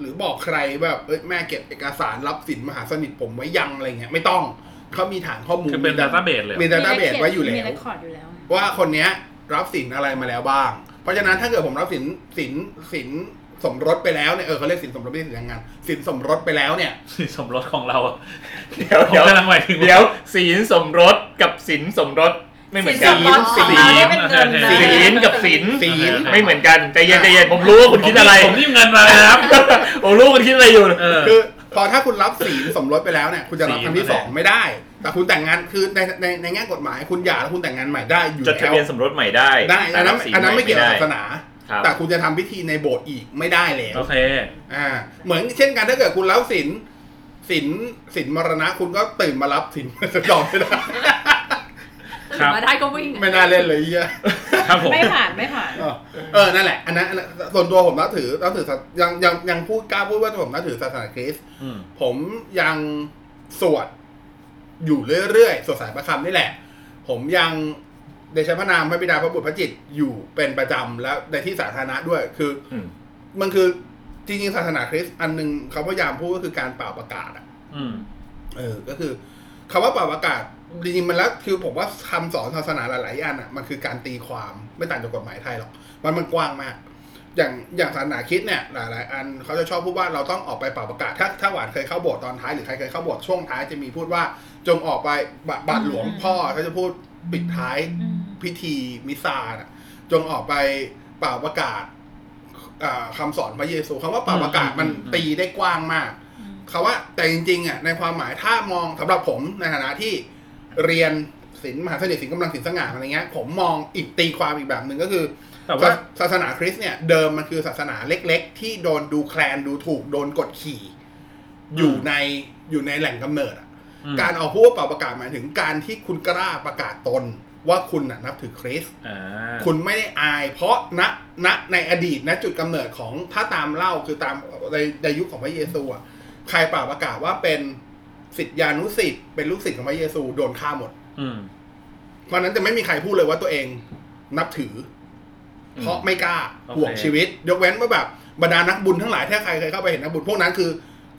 หรือบอกใครแบบเอ้ยแม่เก็บเอกสารรับสินมหาสนิทผมไว้ยังอะไรเงี้ยไม่ต้องเขามีฐานข้อมูล คือเป็น มี ดาต้าเบสเลยเหรอ มีดาต้าเบสไว้อยู่แล้ มี ว เรคคอร์ดอยู่แล้ว ว่าคนเนี้ยรับสินอะไรมาแล้วบ้าง เพราะฉะนั้นถ้าเกิดผมรับสินสินสินสมรสไปแล้วเนี่ยเออเขาเรียกสินสมรสไม่ใช่สินแต่งงานสินสมรสไปแล้วเนี่ย สมรสของเราอะ เดี๋ยว ผม เดี๋ยว กำลังหมายถึงว่า เดี๋ยวศีลสมรสกับศีลสมรสไม่เหมือนกัน ศีลสมรส ศีล เราได้เป็นเงินนะ ศีลกับศีล ศีล ไม่เหมือนกันใจเย็นใจเย็นผมรู้ว่าคุณคิดอะไร ผมยิ้มเงินมาเลยนะครับ ผมรู้ว่าคุณคิดอะไรอยู่ เออ คือพอถ้าคุณรับสินสมรสไปแล้วเนี่ยคุณจะรับครั้งที่สองไม่ได้ แต่คุณแต่งงานคือในในในแง่กฎหมายคุณหย่าแล้วคุณแต่งงานใหม่ได้อยู่ จด แล้ ทะ ว เบียนสมรสใหม่ได้ ได้อันนั้น แต่ อันนั้นไม่เกี่ยวกับศาสนา ครับ แต่คุณจะทำพิธีในโบสถ์อีกไม่ได้แล้ว โอเค อ่า เหมือนเช่นกันถ้าเกิดคุณรับสินสินสินมรณะคุณก็ตื่นมารับ *laughs* สินสดอกไม่ได้ ครับ มาได้ก็วิ่ง ไม่น่าเล่นเลยไอ้เหี้ย ครับผม ไม่ผ่านไม่ผ่าน เออเออนั่นแหละอันนั้นอันนั้นส่วนตัวผมนับถือนับถือศาสยังยังยังพูดกล้าพูดว่าผมนับถือศาสนาคริสต์ อืม ผมยังสวดอยู่เรื่อยๆสวดสายประคำนี่แหละ ผมยังเดชะพระนามพระบิดาพระบุตรพระจิตร์อยู่เป็นประจำและในที่สาธารณะด้วยคือ อืม มันคือจริงๆศาสนาคริสต์อันหนึ่งเขาพยายามพูดก็คือการเป่าประกาศอ่ะ อืม เออก็คือคำว่าเป่าประกาศจริงๆมันแล้วคือผมว่าคำสอนศาสนาหลายๆอันอ่ะมันคือการตีความไม่ต่างจากกฎหมายไทยหรอกมันมันกว้างมาก อย่างอย่างศาสนาคริดเนี่ยหลาย ๆ อันเขาจะชอบพูดว่าเราต้องออกไปเป่าประกาศ ถ้าถ้าหวานเคยเข้าโบสถ์ตอนท้ายหรือใครเคยเข้าโบสถ์ช่วงท้ายจะมีพูดว่าจงออกไปบาบาทหลวงพ่อเขาจะพูดปิดท้าย อืม พิธีมิซาน่ะจงออกไปเป่าประกาศอ่าคำาสอนพระเยซูคำว่าเป่าประกาศ อืม มัน อืม ตีได้กว้างมาก อืม คาว่าแต่จริงๆอ่ะในความหมายถ้ามองสำหรับผมในฐานะที่เรียนศิลป์มหาเสน่ห์ศิลป์กำลังศิลป์สง่าอะไรเงี้ยผมมองอีกตีความอีกแบบหนึ่งก็คือ แต่ว่า ศาสนาคริสต์เนี่ยเดิมมันคือศาสนาเล็กๆ ที่โดนดูแคลนดูถูกโดนกดขี่ อยู่ในอยู่ในแหล่งกำเนิดอะ อืม การออกผู้ว่าเป่าประกาศหมายถึงการที่คุณกล้าประกาศตนว่าคุณน่ะนับถือคริสต์ อ่า คุณไม่ได้อาย เพราะณณในอดีตณจุดกำเนิดของถ้าตามเล่าคือตามในในยุคของพระเยซูอะใครเป่าประกาศว่าเป็นสิทธิานุสิทธิ์เป็นลูกศิษย์ของพระเยซูโดนฆ่าหมด อืม เพราะฉะนั้นจะไม่มีใครพูดเลยว่าตัวเองนับถือ อืม เพราะไม่กล้า โอเค ห่วงชีวิต ยกเว้นว่าแบบบรรดานักบุญทั้งหลายถ้าใครเคยเข้าไปเห็นนักบุญพวกนั้นคือ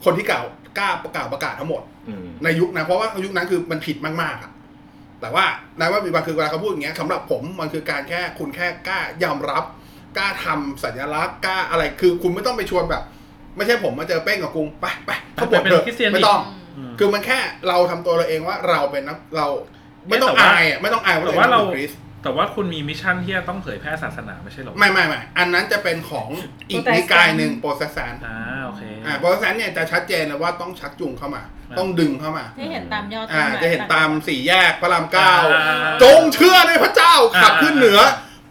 คนที่กล่าวกล้าประกาศประกาศทั้งหมด อืม ในยุคนะเพราะว่ายุคนั้นคือมันผิดมากๆอะแต่ว่านายว่ามีบางคือเวลาเขาพูดอย่างเงี้ยสำหรับผมมันคือการแค่คุณแค่กล้ายอมรับกล้าทำสัญลักษณ์กล้าอะไรคือคุณไม่ต้องไปชวนแบบ ไม่ใช่ผมมาเจอเป้งกับกรุงไปไปเขาบวชเถอะ ไปเป็นคริสเตียน ไม่ต้อง อืม คือมันแค่เราทำตัวเราเองว่าเราเป็นนักเราไม่ต้อง แต่ว่า อายอะไม่ต้องอายว่า แต่ เรา ว่า เป็น เรา คริสต์ แต่ว่าคุณมีมิชชั่นที่จะต้องเผยแพร่ศาสนาไม่ใช่เหรอ ไม่ไม่ไม่อันนั้นจะเป็นของอีกนิกายหนึ่งโปรเตสแตนต์ อ่าโอเค อ่าโปรเตสแตนต์เนี่ยจะชัดเจนเลยว่าต้องชักจูงเข้ามา ต้องดึงเข้ามา ที่เห็นตามยอด อ่า ต้ไม้ จะเห็นตามสี่แยกพระรามเก้า อ่า จงเชื่อในพระเจ้า อ่า ขับขึ้นเหนือ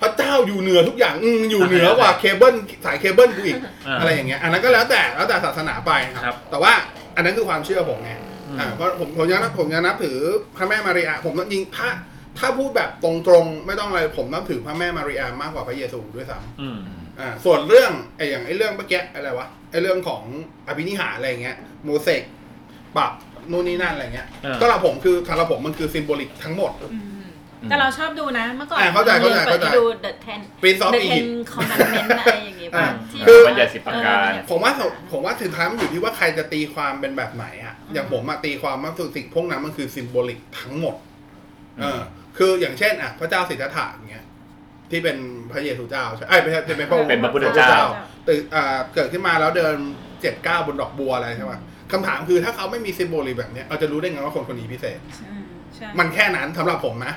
พระเจ้าอยู่เหนือทุกอย่างอืมอยู่เหนือกว่าเคเบิลสายเคเบิลกูอีก อ่า อะไรอย่างเงี้ยอันนั้นก็แล้วแต่แล้วแต่ศาสนาไปค ครั รับ บ แต่ว่าอันนั้นคือความเชื่อผมไง อืม อ่าเพราะผมผมยังนับผมยังนับถือพระแม่มาริอาผมยิงถ้าถ้าพูดแบบตรงๆ ไม่ต้องอะไรผมนับถือพระแม่มาริอามากกว่าพระเยซูด้วยซ้ อืม ำอ่าส่วนเรื่องไอ้อย่างไอ้เรื่องเมื่อกี้อะไรวะไอ้เรื่องของอภินิหารอะไรอย่างเงี้ยโมเสกปรับนู่นนี่นั่นอะไรเงี้ย เออ ก็เราผมคือทาราผมมันคือซิมโบลิกทั้งหมด อืมแต่เราชอบดูนะเมื่อก่อน อ่าเข้าใจเข้าใจ เปิด เข้าใจ ดู The Ten ปรินซอฟ The อียิ Ten ปต์ Commandment อะไรอย่างงี้ป่ะ อ่า ที่ คือ แบบว่ ผมว่าผมว่าสุดท้ายมันอยู่ที่ว่าใครจะตีความเป็นแบบไหนอะอย่างผมมาตีความว่าสิ่งพวกนั้นมันคือซิมโบลิกทั้งหมด เออ คืออย่างเช่นอ่ะพระเจ้าสิทธัตถะอย่างเงี้ยที่เป็นพระเยซูเจ้าใช่ไอ้ยไม่ใช่เป็นพระองค์ เป็นพระพุทธเจ้า ตื่นอ่าเกิดขึ้นมาแล้วเดินเจ็ดเก้าบนดอกบัวอะไรใช่ไหมคำถามคือถ้าเขาไม่มีซิมโบลิกแบบเนี้ยเราจะรู้ได้ไงว่าคนคนนี้พิเศษ อืมใช่ มันแค่นั้นสำหรับผมนะ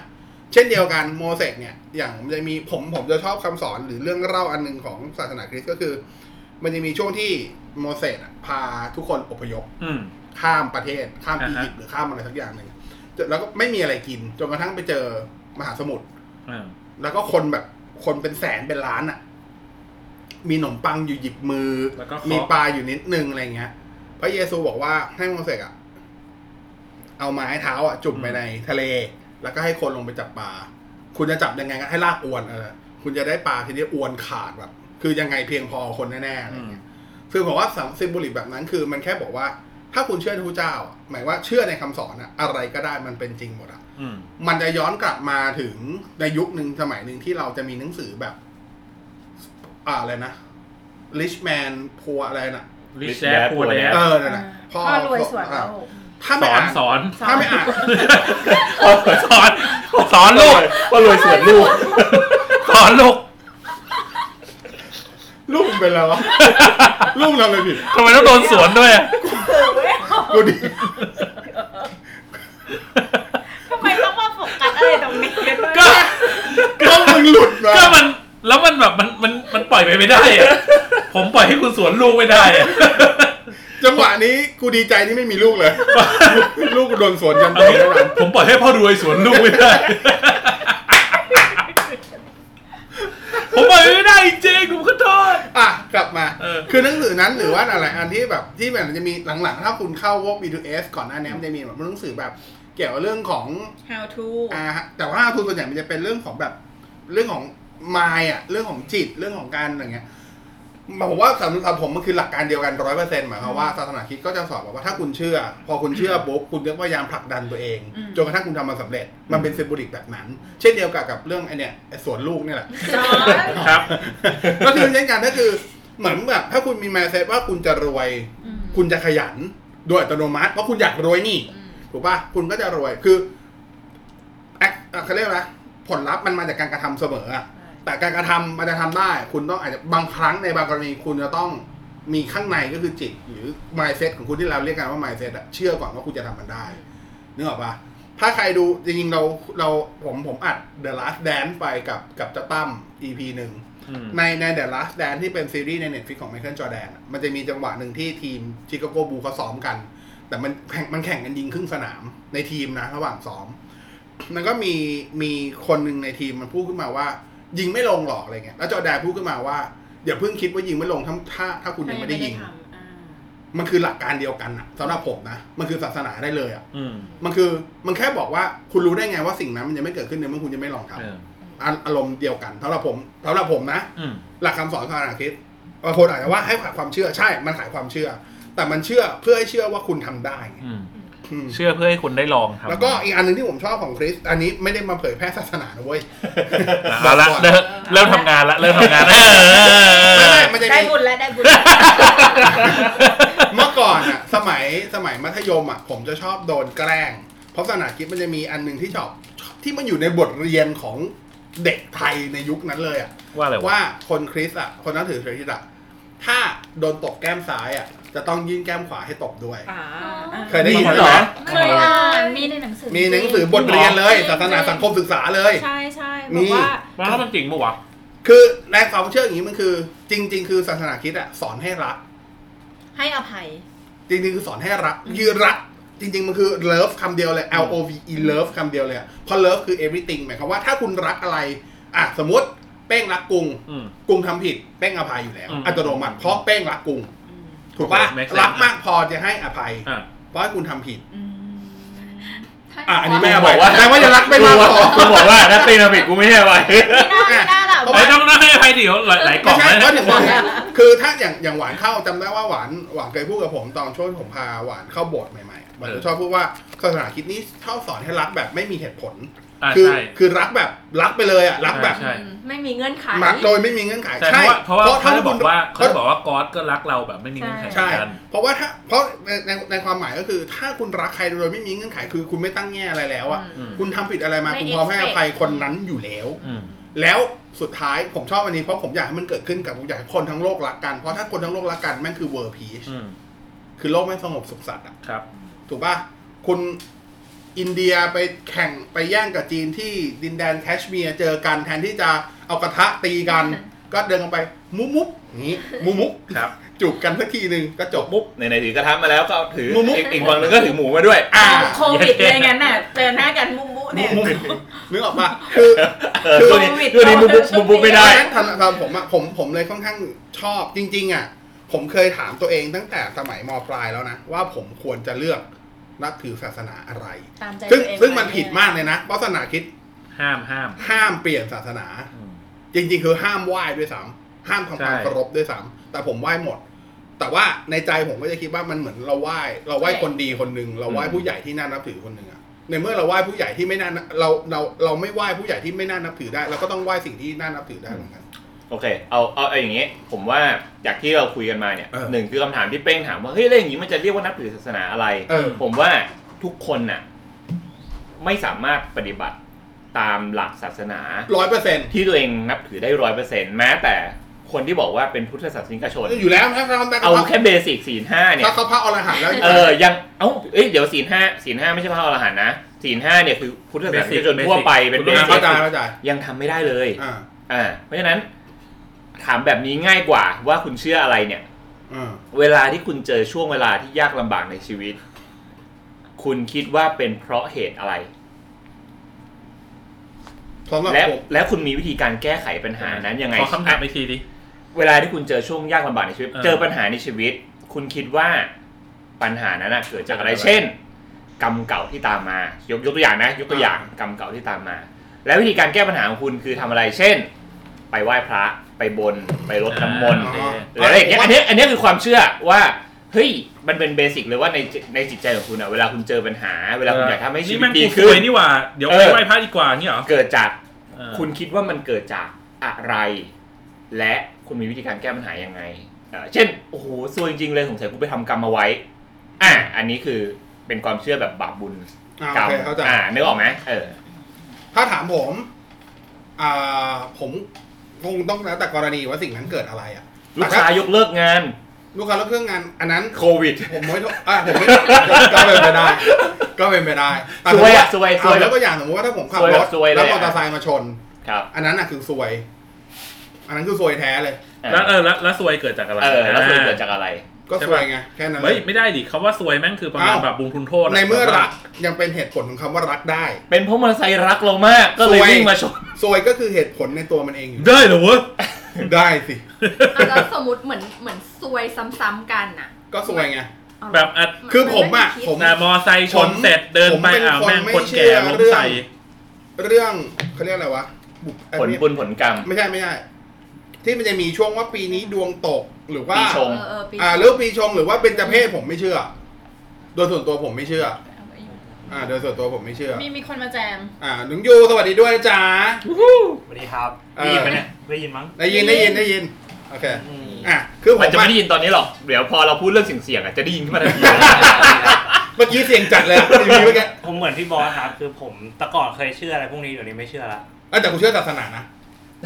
เช่นเดียวกันโมเสกเนี่ย อย่างมันจะมีผมผมจะชอบคำสอนหรือเรื่องเล่าอันหนึ่งของศาสนาคริสต์ก็คือ มันจะมีช่วงที่โมเสสอะพาทุกคนอพยพ อืม ข้ามประเทศ ข้าม อ่า อี ฮะ ยิปต์หรือข้ามอะไรสักอย่างหนึ่งแล้วก็ไม่มีอะไรกิน จนกระทั่งไปเจอมหาสมุทร อ่า แล้วก็คนแบบคนเป็นแสนเป็นล้านอะ่ะ มีขนมปังอยู่หยิบมือ แล้วก็ มี เคาะ ปลาอยู่นิดนึงอะไรเงี้ย พระเยซูบอกว่าให้โมเสสอะเอาไม้เท้าอะจุ่มไปในทะเล แล้วก็ให้คนลงไปจับปลา คุณจะจับยังไงก็ให้ลากอวนเออคุณจะได้ปลาทีนี้อวนขาดแบบ คือยังไงเพียงพอคนแน่ๆอะไรเงี้ยคือผมว่าสัมซิมบุลิกแบบนั้นคือ มันแค่บอกว่า ถ้าคุณเชื่อในพระเจ้าอะหมายว่าเชื่อในคำสอนอะอะไรก็ได้มันเป็นจริงหมดอะ อืม มันจะย้อนกลับมาถึงในยุคหนึ่งสมัยหนึ่งที่เราจะมีหนังสือแบบ อ่าอะไรนะ rich man poor อะไรนะ ริชแดดพูดแล้ว เออนั่นนะพ่อ พ่อรวยสวน อ่ะ โลก ถ้า ส ไม่ อ อ่าน น สอน ถ้าไม่ *laughs* อ่าน สอน สอนลูก ว่ารวยสวนลูก สอนลูก ลูกมึงเป็นอะไรวะ ลูกทำอะไรผิด ทำไมต้องโดนสวนด้วยอะ กูดี ทำไมต้องมาโฟกัสอะไรตรงนี้กันด้วย ก็ *laughs* ก็มึงหลุดมา ก็มัน แล้วมันแบบมันมันมันปล่อยไปไม่ได้อะผมปล่อยให้คุณสวนลูกไม่ได้อะ จังหวะนี้กูดีใจที่ไม่มีลูกเลย *laughs* ลูกกูโดนสวนจำ เอา ตัว งี้ เท่านั้น ผมปล่อยให้พ่อรวยสวนลูกไม่ได้ ผมปล่อยไม่ได้จริงผมขอโทษ อ่ะ กลับมา เออ คือหนังสือนั้นหรือว่าอะไรอันที่แบบที่แบบมันจะมีหลังๆ ถ้าคุณเข้า Walk B2S ก่อนหน้านี้มันจะมีแบบหนังสือแบบ เกี่ยวกับเรื่องของ How to อ่าฮะแต่ว่าทุนส่วนใหญ่มันจะเป็นเรื่องของแบบเรื่องของมายอ่ะเรื่องของจิตเรื่องของการอะไรเงี้ยผมว่าสำหรับผมมันคือหลักการเดียวกันร้อยเปอร์เซ็นต์หมายความว่าศาสนาคริดก็จะสอนบอกว่าถ้าคุณเชื่อ พอคุณเชื่อปุ๊บคุณก็พยายามผลักดันตัวเอง อืม จนกระทั่งคุณทำมันสำเร็จ มันเป็นซิมโบลิกแบบนั้น เช่นเดียวกับกับเรื่องไอเนี่ยไอ้สวนลูกเนี่ยแหละ ครับ ก็คือเช่นกันก็คือเหมือนแบบถ้าคุณมีมายเซตว่าคุณจะรวย อืม คุณจะขยันโดยอัตโนมัติเพราะคุณอยากรวยนี่ ถูกป่ะ คุณก็จะรวย คือ act อ่ะเขาเรียกอะไรผลลัพธ์มันมาจากการกระทำเสมออะแต่การกระทำมันจะทำได้ คุณต้องอาจจะบางครั้งในบางกรณีคุณจะต้องมีข้างในก็คือจิต หรือ mindset ของคุณที่เราเรียกกันว่า mindset อะเชื่อก่อนว่าคุณจะทำมันได้นึกออกป่ะ ถ้าใครดูจริงๆเราเราผมผมอัด The Last Dance ไปกับกับเจ้าตั้ม EP หนึ่ง อืม ในใน The Last Dance ที่เป็นซีรีส์ใน Netflix ของ Michael Jordan อะมันจะมีจังหวะหนึ่งที่ทีมชิคาโกบูเขาซ้อมกัน แต่มันแข่งมันแข่งกันยิงครึ่งสนามในทีมนะ ระหว่างซ้อม มันก็มีมีคนหนึ่งในทีมมันพูดขึ้นมาว่า ยิงไม่ลงหรอกอะไรเงี้ยแล้วจอร์แดนพูดขึ้นมาว่าอย่าเพิ่งคิดว่ายิงไม่ลงถ้าถ้าถ้าคุณยังไม่ได้ยิง ทำอ่า มันคือหลักการเดียวกันอะสำหรับผมนะ มันคือศาสนาได้เลยอะ อืม มันคือมันแค่บอกว่าคุณรู้ได้ไงว่าสิ่งนั้นมันยังไม่เกิดขึ้นในเมื่อคุณยังไม่ลองทำ เออ อารอารมณ์เดียวกันสำหรับผมสำหรับผมนะ อืม หลักคำสอนศาสนาคริสต์บางคนอาจจะว่าให้ขายความเชื่อใช่ มันขายความเชื่อ แต่มันเชื่อเพื่อให้เชื่อว่าคุณทำได้ไง อืม อืม เชื่อเพื่อให้คุณได้ลองทำ แล้วก็อีกอันหนึ่งที่ผมชอบของคริสต์อันนี้ไม่ได้มาเผยแพร่ศาสนานะเว้ย *laughs* เอาละเริ่มเริ่มทำงานละเริ่มทำงานละเออ ไม่ *laughs* ไม่มันจะ ได้ มี บุญแล้วได้บุญแล้ว เมื่อก่อนอะสมัยสมัยมัธยมอะผมจะชอบโดนแกล้ง เพราะศาสนาคริสต์มันจะมีอันหนึ่งที่ชอบที่มันอยู่ในบทเรียนของเด็กไทยในยุคนั้นเลยอะ ว่าอะไรวะ ว่าคนคริสต์อะคนนับถือคริสต์อะถ้าโดนตบแก้มซ้ายอะจะต้องยื่นแก้มขวาให้ตบด้วย เคยได้ยิน เหร ไหม อ เคยอ่านมีในหนังสือ มีหนังสือบทเรียนเลย ศาสนาสังคมศึกษาเลย ใช่ใช่ มี บอกมัว่านแล้วมันจริงปะวะ คือในความเชื่ออย่างนี้มันคือ จริง ๆ คือศาสนาคริดอะสอนให้รัก ให้อภัย จริงๆคือสอนให้รักยืนรัก จริง ๆ มันคือ love คำเดียวเลย L O V E love คำเดียวเลยอะเพราะ love คือ everything หมายความว่าถ้าคุณรักอะไรอ่ะสมมติเป้งรักกุง อืม กุงทำผิดเป้งอภัยอยู่แล้ว อืม อัตโนมัติเพราะเป้งรักกุงถูกปะ make sense รักมากพอจะให้อภัย อ่ะ เพราะคุณทำผิด ให้ อ่ะอันนี้แม่ กู บบ อ อกก ว่า ว่า แต่ว่าอย่ารักไม่มากพอ กูบอกว่าถ้าตีนผิดกูไม่ให้ไป ไม่น่าไม่น่าหรอก เพราะ ไอ้ ว่า ยต้องน่าให้อภัยดิหลายหลายกล่ ไม่ อง ใช่ก็เลยถึงนะว่าไงคือถ้าอย่างอย่างหวานเข้าจำได้ว่าหวานหวานเคยพูดกับผมตอนช่วงผมพาหวานเข้าโบสถ์ใหม่ๆอะหวานจะชอบพูดว่าศาสนาคริดนี้ชอบสอนให้รักแบบไม่มีเหตุผล อ่ะ คื ใช่ คือรักแบบรักไปเลยอ่ะรักแบบ ใช่ ไม่มีเงื่อนไข มักโดยไม่มีเงื่อนไข ใช่ เพราะว่าเพราะว่าเขาจะบอกว่าเขา เขา จะบอกว่าก๊อตก็รักเราแบบไม่มีเงื่อนไขเหมื ใช่ อนกัน เพราะว่าถ้าเพราะในในในความหมายก็คือ ถ้าคุณรักใครโดยไม่มีเงื่อนไขคือคุณไม่ตั้งแง่อะไรแล้วอ่ะ อืม คุณทำผิดอะไรมา ไม่ คุณพร้อมให้อ expect ภัยคนนั้นอยู่แล้ว อืม แล้วสุดท้ายผมชอบอันนี้เพราะผมอยากให้มันเกิดขึ้นกับผมอยากให้คนทั้งโลกรักกัน เพราะถ้าคนทั้งโลกรักกันแม่งคือเวอร์พีช อืม คือโลกไม่สงบสุขสันต์อ่ะ ครับ ถูกป่ะคุณอินเดียไปแข่งไปแย่งกับจีนที่ดินแดนแคชเมียร์เจอกันแทนที่จะเอากระทะตีกัน ก็เดินกันไปมุบมุบอย่างนี้มุบมุบ ครับ จูบกันสักทีหนึ่งก็จบ ปุ๊บไหนๆถือกระทะมาแล้วก็ถือ มุมมุม อีกอีกฝั่งหนึงก็ถือหมูมาด้วย อ่า โควิดเลยงั้นน่ะ เจอหน้ากันมุมมุเนี่ย มุบมุบนึกออกป่ะคือ เออตัวนี้ตัวนี้มุมมุมมุมมุมไม่ได้ ทำทำผมอะผมผมเลยค่อนข้างชอบจริง ๆอะผมเคยถามตัวเองตั้งแต่สมัยมปลายแล้วนะ ว่าผมควรจะเลือกนับถือศาสนาอะไร ตามใจ ซึ่ง ตัวเอง ซึ่งมัน ไป ผิดมากเลยนะ เพราะศาสนาคริด ห้ามห้าม ห้ามเปลี่ยนศาสนา อืม จริง ๆ คือห้ามไหว้ด้วยซ้ำห้ามทำความ ใช่ เคารพด้วยซ้ำแต่ผมไหว้หมด แต่ว่าในใจผมก็จะคิดว่ามันเหมือนเราไหว้ เราไหว้คนดีคนหนึ่งเราไหว้ผู้ใหญ่ที่น่านับถือคนหนึ่งอะในเมื่อเราไหว้ผู้ใหญ่ที่ไม่น่าเราเราเราไม่ไหว้ผู้ใหญ่ที่ไม่น่านับถือได้เราก็ต้องไหว้สิ่งที่น่านับถือได้เหมือนกัน โอเค เอาเอาเอาอย่างงี้ ผมว่าจากที่เราคุยกันมาเนี่ย เออ หนึ่งคือคำถามที่เป้งถามว่าเฮ้ยเรื่องอย่างนี้มันจะเรียกว่านับถือศาสนาอะไร เออ ผมว่าทุกคนน่ะไม่สามารถปฏิบัติตามหลักศาสนา ร้อยเปอร์เซ็นต์ ที่ตัวเองนับถือได้ร้อยเปอร์เซ็นต์แม้แต่คนที่บอกว่าเป็นพุทธศาสนิกชน อยู่แล้วถ้าทำได้ เอา เขา แค่เบสิกศีลห้าเนี่ย ถ้าเขาพระอรหันต์แล้ว เออ ยัง เอ้าเอ้ย เดี๋ยวศีลห้าศีลห้าไม่ใช่พระอรหันต์นะศีลห้าเนี่ยคือพุทธศาสนิกชน Basic ทั่วไปเป็นเบ คุณต้ สิ อง ก เข้าใจเข้าใจ ยังทำไม่ได้เลย อ่า อ่า เพราะฉะนั้น ถามแบบนี้ง่ายกว่าว่าคุณเชื่ออะไรเนี่ย อ่า เวลาที่คุณเจอช่วงเวลาที่ยากลำบากในชีวิต คุณคิดว่าเป็นเพราะเหตุอะไร สำหรับ และ ผม และคุณมีวิธีการแก้ไขปัญหานั้นยังไง ขอคำถามอีกทีดิ เวลาที่คุณเจอช่วงยากลำบากในชีวิต เออ เจอปัญหาในชีวิต คุณคิดว่าปัญหานั้นนะเกิดจากอะไร อะไร เช่น กรรมเก่าที่ตามมายกยกตัวอย่างนะ ยกตัวอย่างกรรมเก่าที่ตามมา และวิธีการแก้ปัญหาของคุณคือทำอะไร เช่น ไปไหว้พระไปบนไปรดน้ำมนต์ อ่า หรืออะไรอย่างเงี้ยอันเนี้ยอันเนี้ยคือความเชื่อว่าเฮ้ยมันเป็นเบสิกเลยว่าในจิตในจิตใจของคุณอะเวลาคุณเจอปัญหา เวลาคุณอยากทำให้ชีวิต นี่ ดี มันกู ขึ้ ส น วยนี่หว่า เดี๋ยว เอ ไป อ ไหว้พระดีกว่าอย่างนี้เหรอ เกิดจาก เออ คุณคิดว่ามันเกิดจากอะไร และคุณมีวิธีการแก้ปัญหายังไงเอ่อเช่น โอ้โหซวยจริงๆเลยสงสัยกูไปทำกรรมมาไว้ อ่ะอันนี้คือเป็นความเชื่อแบบบาปบุญ อ่าก รรม โอเคเข้าใจ อ่านึกออกไหมเออ ถ้าถามผมอ่าผมคงต้องแล้วแต่กรณีว่าสิ่งนั้นเกิดอะไรอ่ะ ลูกค้ายกเลิกงาน ลูกค้าแล้วเครื่องงาน อันนั้น โควิด ผมไม่รู้อ่ะผมไม่ก็เป็นไปได้ ก็เป็นไปได้แต่ ซ ผม วยอะ ว่า ซวยซ เอา วยแบ แล้ บ วก็อย่างสมมติว่าถ้าผมขับ ซวรยแบ ถ บซวยเลย แล้ว อะ มอเตอร์ไซค์มาชน ครับ อันนั้นอ่ะคือซวย อันนั้นคือซวยแท้เลย แล้วเออแล้วแล้วซวยเกิดจากอะไร เออแล้วซวยเกิดจากอะไร ก็สวยไงแค่นั้น เฮ้ยไม่ได้ดิคำว่าซวยแม่งคือประมาณแบบบุงทุนโทษะ ในเมื่อ แบบ รั ว่า กยังเป็นเหตุผลของคำว่ารักได้ เป็นเพราะมอเตอร์ไซค์รักเรามาก ก็เลย สวย วิ่งมาชน ซวยก็คือเหตุผลในตัวมันเองอยู่ ได้เหรอเวะ ได้สิ อ่ะแล้วสมมติเหมือนเหมือนซวยซ้ำๆกันน่ะ ก็สวยไง เอาเหรอ แบบอัด คือผมอะ นไได้คิด ผม แต่มอไซค์ชนเสร็จเดินไปอ้าวแม่งคนแก่ล้มใส่ เรื่องเขาเรียกอะไรวะบุกเอ่อ ผลบุญผลกรรม ไม่ใช่ไม่ใช่ ที่มันจะมีช่วงว่าปีนี้ดวงตกหรือว่า ปีชง เออเออปี อ่าหรือปีชงหรือว่าเป็นจเพศผมไม่เชื่อ โดยส่วนตัวผมไม่เชื่อ อ่า โดยส่วนตัวผมไม่เชื่อ มีมีคนมาแจม อ่าหนุ่งยูสวัสดีด้วยนะจ๊ะ สวัสดีครับ เออ ได้ยินไหมเนี่ยได้ยินมั้ง ได้ยินได้ยินได้ยิน โอเค อืม อ่ะ คือผม มันจะ อะ ไม่ได้ยินตอนนี้หรอก เดี๋ยวพอเราพูดเรื่องเสียงเสียงๆอ่ะจะได้ยินขึ้นมาทันที เมื่อกี้เสียงจัดเลยอะทีวีเมื่อกี้ ผมเหมือนพี่บอสครับ คือผมแต่ก่อนเคยเชื่ออะไรพวกนี้เดี๋ยวนี้ไม่เชื่อละ อ่ะแต่กูเชื่อศาสนานะ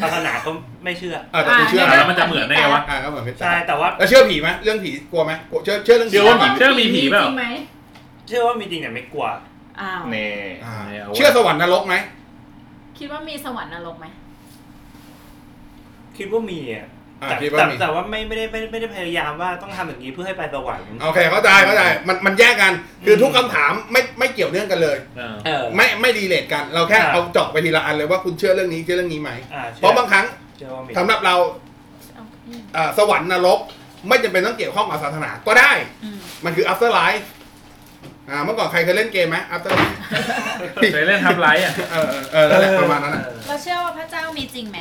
ศาสนาก็ไม่เชื่อ อ่าแต่กูเชื่อ อ่ะ นะ แล้วมันจะเหมือนได้ไงวะ อ่าก็เหมือนเป็น ใช่แต่ว่า แล้วเชื่อผีไหมเรื่องผีกลัวไหมกลัวเชื่อเชื่อเรื่อง เชื่อว่าผีเชื่อมีผีเปล่า จริงไหม เชื่อว่ามีจริงแต่ไม่กลัว อ้าว นี่ อ่า เนี่ยเอาวะ เชื่อสวรรค์นรกไหม คิดว่ามีสวรรค์นรกไหม คิดว่ามีอะ อ่า แต่ คิดว่า แต่ มี แต่ว่าไม่ไม่ได้ไม่ได้ไม่ได้พยายามว่าต้องทำอย่างนี้เพื่อให้ไปสวรรค์ โอเคเข้าใจเข้าใจมันมันแยกกัน คืออ ม ทุกคำถามไม่ไม่เกี่ยวเนื่องกันเลย เออ เออ ไม่ไม่รีเลทกัน เราแค่ อ่า เอาเจาะไปทีละอันเลยว่าคุณเชื่อเรื่องนี้เชื่อเรื่องนี้ไหม อ่าเชื่ เพราะบางครั้ง เชื่อว่ามี สำหรับเราเอ่อสวรรค์นรก ไม่จำเป็นต้องเกี่ยวข้องกับศาสนาก็ได้ อืม มันคือ after life อ่าเมื่อก่อนใครเคยเล่นเกมไหม after life เคยเล่นทับไลท์อ่ะ เออเออเออนั่นแหละประมาณนั้นน่ะ เออ เราเชื่อว่าพระเจ้ามีจริงไหม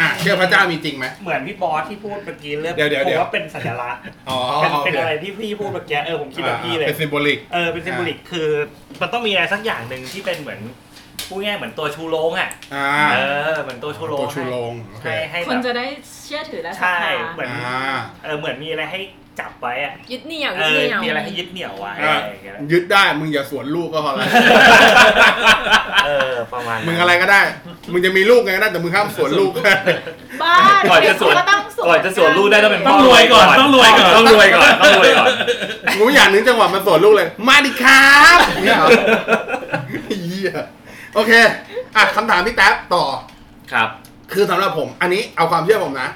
อ่ะเชื่อพระเจ้ามีจริงไหม เหมือนพี่บอสที่พูดเมื่อกี้เรื่อง เดี๋ยวเดี๋ยว ผ เดี๋ ม ยว ว่าเป็นสัญลักษณ์ อ๋อ เป็น โอ เป็น เค อะไรที่พี่พูดเมื่อกี้เออผมคิดแบบพี่เลย เป็น symbolic เออเป็นซิมโบลิกคือมันต้องมีอะไรสักอย่างหนึ่งที่เป็นเหมือนพูดง่ายเหมือนตัวชูโรงอ่ะ อ่า เออเหมือนตัวชูโรง ตัวชูโรงโอเค ให้ให้ คน แบบ จะได้เชื่อถือและศรัท ใช่ ธา เหมือน อ่า เออเหมือนมีอะไรให้จับไว้อ่ะ ยึดเหนี่ยว เอ ยึด อ เหนี่ยว มีอะไรให้ยึดเหนี่ยวไว้ อ่า อะไรอย่างเงี้ย ยึดได้มึงอย่าสวนลูกก็พอแล้ว เออประมาณนั้น มึงอะไรก็ได้ มึงจะมีลูกไงก็ได้แต่มึงห้ามสวนลูก บ้า ก่อนจะสวน ก็ต้องสวน ก่อนจะสวนลูกได้ต้องเป็น ต้องรวยก่อนต้องรวยก่อน ต้องรวยก่อนต้องรวย *laughs* ก่อน กูไม่อยากนึกจังหวะมันสวนลูกเลย มาดิครับเนี่ยเหรอเหี้ยโอเค อ่ะคำถามพี่แท็บต่อ ครับ คือสำหรับผม อันนี้เอาความเชื่อผมนะ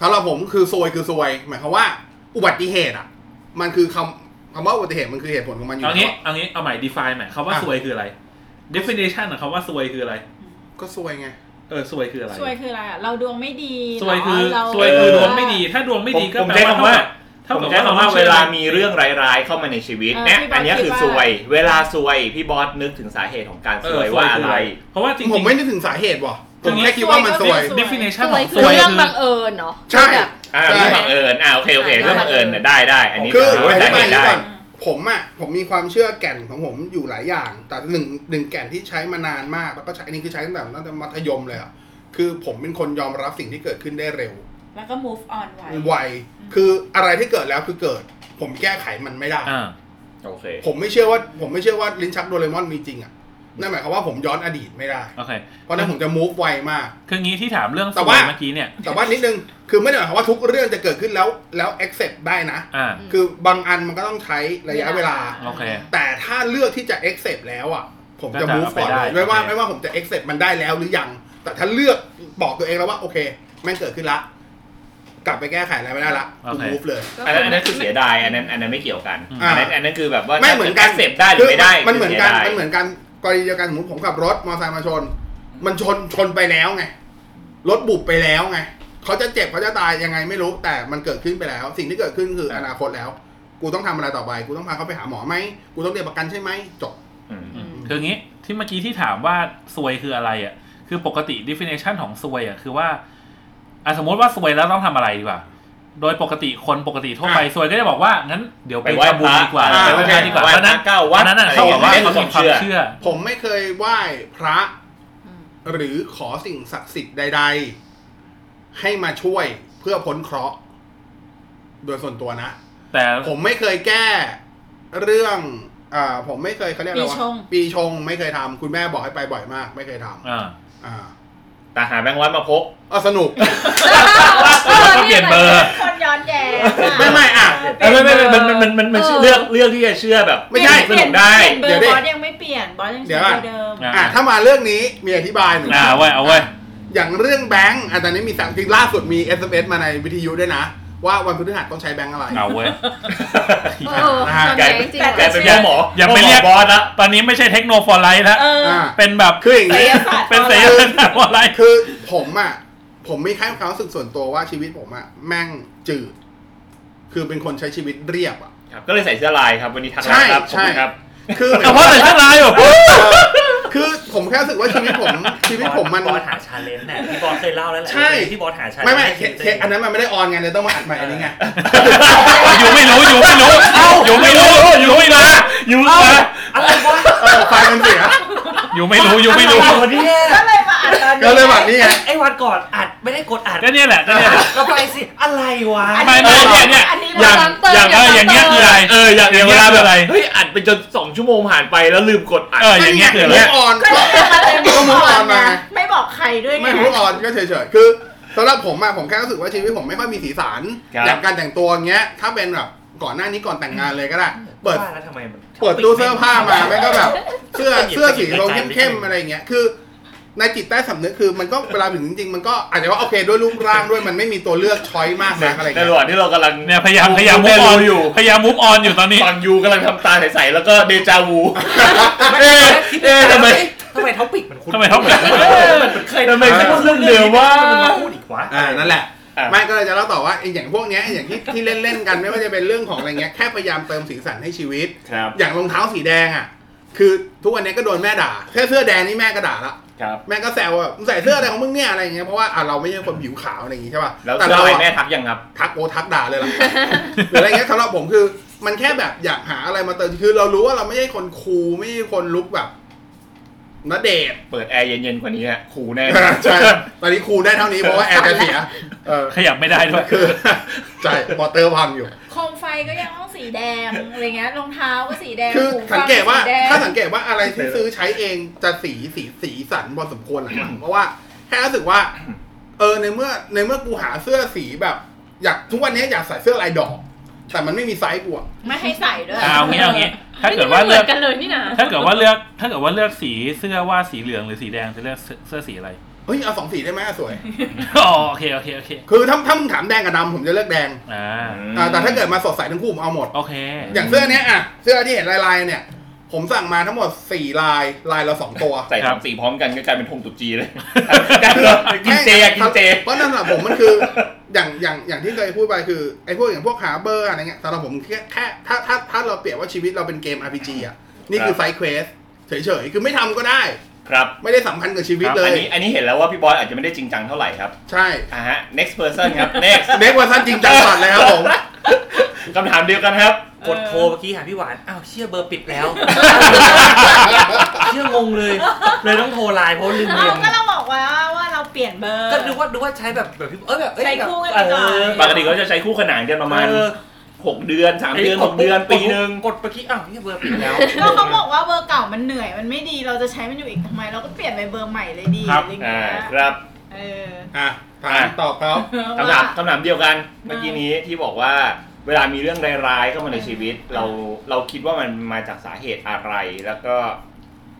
สำหรับผมคือซวยคือซวย หมายความว่า อุบัติเหตุอ่ะ มันคือคำคำว่าอุบัติเหตุมันคือเหตุผลของมันอยู่ เอางี้ แล้ว เอางี้เอาใหม่ define ใหม่คำว่าซวยคืออะไร definition ของคำว่าซวยคืออะไร ก็ซวยไง เออซวยคืออะไร สวยคืออะไรอะเราดวงไม่ดี ซวยคือ เรา ซวยคือ เออ ดวงไม่ดี ถ้าดวงไม่ดี ผ ก็ ผม แปล ใช้ ว่า คำว่า เท่า ผ กับ มใช้คำว่าเวชื่อ ลามีเรื่องร้ายๆเข้ามาในชีวิต เออ เนี่ย พี่บอัอสนเนี้ยคือ คิดซวว่าย เวลาซวยพี่บอสนึกถึงสาเหตุของการ เอ ซ อ วย ซวย ว่าอะคืออะไร ไร เพราะว่าจริง ผมไม่นึกถึงสาเหตุว่ะผ ตรง ม นี้ แค่คิดว่ามันซวย ซวย definition ซวย ของ คื ซ อ วย เรื่อง คือ บังเอิญเนาะ ใช่ อ่า ใช่ เรื่องบังเอิญอ่าโอเคโอเคเรื่องบังเอิญเนี่ยได้ได้อันนี้ คือ ถือว่า อ สา ธิ เห บาย ตุ อย่าง ได้ นี้ก่อนผมอ่ะผมมีความเชื่อแก่นของผมอยู่หลายอย่าง แต่หนึ่งหนึ่งแก่นที่ใช้มานานมาก แล้วก็ใช้อันนี้คือใช้ตั้งแต่ตั้งแต่มัธยมเลยอ่ะคือผมเป็นคนยอมรับสิ่งที่เกิดขึ้นได้เร็ว แล้วก็ move on ไว้ ไวคืออะไรที่เกิดแล้วคือเกิด ผมแก้ไขมันไม่ได้ อ่า โอเค ผมไม่เชื่อว่า ผมไม่เชื่อว่าลิ้นชักโดเรมอนมีจริงอ่ะนั่นหมายความว่าผมย้อนอดีตไม่ได้ โอเค เพราะฉะนั้นผมจะ move ไวมาก คืองี้ที่ถามเรื่องซ แต่ ว ว่า ยเมื่อกี้เนี่ย แต่ว่านิดนึงคือไม่ได้หมายความว่าทุกเรื่องจะเกิดขึ้นแล้วแล้ว accept ได้นะ อ่า คือบางอันมันก็ต้องใช้ระยะเวลา โอเค แต่ถ้าเลือกที่จะ accept แล้วอ่ะ ผม ก็ จะ จะ move เอาไป ก่อนเลย ได้ ไม่ว่า โอเค ไม่ว่าผมจะ accept มันได้แล้วหรือยัง แต่ถ้าเลือกบอกตัวเองแล้วว่าโอเคแม่งเกิดขึ้นละ กลับไปแก้ไขอะไรไม่ได้ละกู move เลย อันนั้นอันนั้นคือเสียดายอันนั้นอันนั้นไม่เกี่ยวกัน อ่า อันนั้นอันนั้นคือแบบว่า ไม่เหมือนกัน เสพได้หรือไม่ได้ มันเหมือนกัน คืสียดาย มันเหมือนกันกรณีเดียวกันสมมติผมขับรถมอเตอร์ไซค์มาชน มันชนชนไปแล้วไงรถบุบไปแล้วไงเขาจะเจ็บเขาจะตายยังไงไม่รู้แต่มันเกิดขึ้นไปแล้ว สิ่งที่เกิดขึ้นคืออนาคตแล้ว กูต้องทำอะไรต่อไป กูต้องพาเขาไปหาหมอไหมกูต้องเรียกประกันใช่ไหมจบ อืม อืมคืองี้ที่เมื่อกี้ที่ถามว่าซวยคืออะไรอ่ะ คือปกติ definition ของซวยอ่ะคือว่าอ่ะสมมติว่าซวยแล้วต้องทำอะไรดีกว่า โดยปกติคนปกติทั่วไปซวยก็จะบอกว่างั้นเดี๋ยวไป ไปไหว้ ทำบุญดีกว่า พระ ไปไหว้พระดีกว่า ไปไหว้ เพราะพนั้นระเก้าวัด อันนั้นน่ะ อะไร เขาบอกว่า อย่างเงี้ เขา ย มีความเชื่อ ผมไม่เคยไหว้พระ อืม หรือขอสิ่งศักดิ์สิทธิ์ใด ๆ ให้มาช่วยเพื่อพ้นเคราะห์ โดยส่วนตัวนะ แต่ ผมไม่เคยแก้เรื่องอ่าผมไม่เคยเขาเรียกอะไร ปี วะ ชง ปีชงไม่เคยทำคุณแม่บอกให้ไปบ่อยมาก ไม่เคยทำ อ่า อ่า แต่หาแบงค์ร้อยมาพก อ๋อสนุก แล้วก็เปลี่ยนเบอร์ คนย้อนแย้งอะ ไม่ไม่อ่ะ ไม่ไม่ไม่มันมันมันมันมัน เออ เลือกเลือกที่จะเชื่อแบบ ไม่ใช่ สนุกได้ เปลี่ยนเบอร์ เดี๋ยวดิ บอสยังไม่เปลี่ยนบอสยัง เดี๋ยวก่อนใช้เบอร์เดิม อ่ะ อ่ะถ้ามาเรื่องนี้มีอธิบายหนู อ่าเอาไว้ยเอาไว้ย อย่างเรื่องแบงก์อาจารย์นี้มีสั่งจริงล่าสุดมี SMS มาในวิทยุด้วยนะ ว่าวันพฤหัสต้องใช้แบงค์อะไร เอาเว้ย เออ นะฮะ ส่วนใหญ่จริงๆ กลายเป็นหมอหมอ อย่าไปเรียก หมอบอสละ ตอนนี้ไม่ใช่เทคโนโฟไลท์แล้ว เอออ อ่า เป็นแบบ คืออย่างนี้ เป็นเสียงโฟไลท์ คือผมอ่ะ ผมไม่ค่ายความรู้สึกส่วนตัวว่าชีวิตผมอ่ะ แม่งจืด คือเป็นคนใช้ชีวิตเรียบอ่ะ ครับก็เลยใส่เสื้อลายครับวันนี้ทัก ใช่ นะครับ ใช่ ขอบคุณครับ คือ แต่เพราะใส่เสื้อลายแบบ คือผมแค่รู้สึกว่าชีวิตผม ชีวิตผมมัน บอสหาชาเลนจ์เนี่ยที่บอสเคยเล่าแล้วแหละ ใช่ ที่บอสหาชาเลนจ์ ไม่ไม่ ให้ เท ชีวิต ป ตัว เท เอ ป ง อันนั้นมันไม่ได้ออนไงเลยต้องมาอัดใหม่อันนี้ไง อยู่ไม่รู้อยู่ไม่รู้อยู่ไม่รู้อยู่ไม่รู้อยู่ไม่รู้ อะไรวะ เออไฟล์มันเสีย อยู่ไม่รู้อยู่ไม่รู้ อะไรวะเนี่ย ก็เลยมาอ่านตอนนี้ ก็เลยแบบนี้ไง ไอ้วันก่อนอัดไม่ได้ก *laughs* ดอัด ก็เนี่ยแหละก็เนี่ยแหละ ก็ไปสิ อะไรวะ ไม่ไม่เนี่ยเนี่ย อันนี้ อ เรา ย่าง ซ้ำเติม อย่างเอออย่างเงี้ยคืออะไร เอออย่าง อย่าง เว เงี้ย ลา คือ แบบ อะไร เฮ้ยอัดไปจนสองชั่วโมงผ่านไปแล้วลืมกดอัด เอออย่างเงี้ยคืออะไร มุกออนก็ก็มุกออนมา ไม่บอกใครด้วยไง ไม่มุกออนก็เฉยๆ คือสำหรับผมอะผมแค่รู้สึกว่าชีวิตผมไม่ค่อยมีสีสัน ครับ อย่างการแต่งตัวอย่างเงี้ย ถ้าเป็นแบบก่อนหน้านี้ก่อนแต่งงานเลยก็ได้ เปิด ว่าแล้วทำไมมัน เปิดตู้เสื้อผ้ามาแม่งก็แบบ เสื้อ หยิบ เสื้อสี หยิบ โทน ใจนิดนึง เข้มๆอะไรอย่างเงี้ย คือในจิตใต้สำนึกคือมันก็เวลาถึงจริงๆ มันก็อาจจะว่าโอเคด้วยรูปร่างด้วยมันไม่มีตัวเลือกช้อยมาก *laughs* นะอะไรอย่าง ใน เงี้ ระยหว่างที่เรากำลัง เนี่ยพยายามพยายามมุ เรี ฟ น ออน รู้อยู่ พยายามมุฟออนอยู่ตอนนี้ ฟังยูกำลังท *laughs* ำตาใสๆแล้วก็เดจาวู *laughs* เอ๊ะเอ๊ะทำไม ทำไมท็อปิกมันคุ้น ทำไมท็อปิก มันเคย ทำไมฉันพูดเรื่องเดิมว่า มันมาพูดอีกวะ อ่านั่นแหละ อ่ะ ไม่ก็เลยจะเล่าต่อว่าไอ้อย่างพวกเนี้ยอย่างที่ที่เล่นๆกันไม่ว่าจะเป็นเรื่องของอะไรเงี้ยแค่พยายามเติมสีสันให้ชีวิต ครับ อย่างรองเท้าสีแดงอ่ะ คือทุกวันนี้ก็โดนแม่ด่าแค่เสื้อแดงนี่แม่ก็ด่าละ ครับ แม่ก็แซวว่ามึงใส่เสื้ออะไรของมึงเนี่ยอะไรอย่างเงี้ยเพราะว่าอ่ะเราไม่ใช่คนผิวขาวอะไรอย่างงี้ใช่ป่ะ แล้ว แต่ เสื้อ เรา ลาย อะ แม่ทักยังครับ ทักโอทักด่าเลยล่ะ หรืออะไรเงี้ยสำหรับผมคือ มันแค่แบบอยากหาอะไรมาเติมคือเรารู้ว่าเราไม่ใช่คนคูลไม่ใช่คนลุกแบบนเดชน์ เปิดแอร์เย็นๆกว่านี้ฮะขู่แน่ ใช่ตอนนี้คูลได้เท่านี้เพราะว่าแอร์จะเสียเออ ขยับไม่ได้ด้วย คือใช่มอเตอร์พังอยู่ โคมไฟก็ยังต้องสีแดงอะไรเงี้ยรองเท้าก็สีแดง คือ หูฟั สังเกตว่า สีแดง ถ้าสังเกตว่าอะไรที่ซื้อใช้เองจะสีสีสีสันพอสมควรหลังๆเพราะว่าแค่รู้สึกว่า เออในเมื่อในเมื่อกูหาเสื้อสีแบบ อยากทุกวันนี้อยากใส่เสื้อลายดอก แต่มันไม่มีไซส์กูอะ ไม่ให้ใส่ด้วย เอางี้เอางี้ถ้าเกิดว่า ไม่ เลื ได้ อ เหมือกนกันเลยนี่นะ ถ้าเกิดว่าเลือกถ้าเกิดว่าเลือกสีเสื้อว่าสีเหลืองหรือสีแดงจะเลือกเสื้อเสื้อสีอะไร *laughs* เฮ้ยเอาสองสีได้ไหมอะสวย อ๋อโอเคโอเคโอเค คือถ้าถ้ามึงถามแดงกับดำผมจะเลือกแดง อ่า อ่าแต่ถ้าเกิดมาสดใสทั้งคู่ผมเอาหมด โอเค อย่างเสื้อเนี้ยอ่ะเสื้อที่เห็นลายลายๆเนี่ย ผมสั่งมาทั้งหมดสี่ลายลายละสองตัว ใส่สามสีพร้อมกันก็กลายเป็นธงตุจีเลยกลาย *laughs* เป็นกินเจอะกินเจ เพราะนั่นแหละผมมันคืออย่างอย่างอย่างที่เคยพูดไปคือไอ้พวกอย่างพวกหาเบอร์อะไรเงี้ยสำหรับผมแค่แค่ถ้าถ้าถ้าเราเปรียบว่าชีวิตเราเป็นเกม RPG อ่ะนี่คือไซเควสเฉยๆ คือไม่ทำก็ได้ ครับ ไม่ได้สำคัญกับชีวิตเล อั ย นนี้อันนี้เห็นแล้วว่าพี่บอยอาจจะไม่ได้จริงจังเท่าไหร่ครับ ใช่ อ่าฮะ next person ครับ *laughs* next เน็กวันสั้นจริงจังสัตว์เลยครับผม คำถามเดียวกันครับ กดโทรเมื่อกี้หาพี่หวาน อ้าวเชี่ยเบอร์ปิดแล้ว เชี่ยงงเลย เลยต้องโทรไลน์เพราะลืม เรา เรียง ก็เราบอกว่าว่าเราเปลี่ยนเบอร์ ก็ดูว่าดูว่าใช้แบบแบบพี่เอ้ยแบบเอ้ย ใช้ แบบ คู่กันไปก่อน เ ปกติเขาจะใช้คู่ขนานกันประมาณ เออ หกเดือนสามเดือนหกเดือนปีหนึ่ง กดเมื่อกี้อ้าวเชี่ยเบอร์ปิดแล้ว ก็เขาบอกว่าเบอร์เก่ามันเหนื่อยมันไม่ดีเราจะใช้มันอยู่อีกทำไม เราก็เปลี่ยนไปเบอร์ใหม่เลยดี ครับ อะไรเงี้ อ่าย ครับ เออ อ่ะถามตอบเขา คำถาม ว่ คำถามเดียวกันเมื่อกี้นี้ที่บอกว่าเวลามีเรื่องร้ายๆเข้ามาในชีวิต เราเราคิดว่ามันมาจากสาเหตุอะไร แล้วก็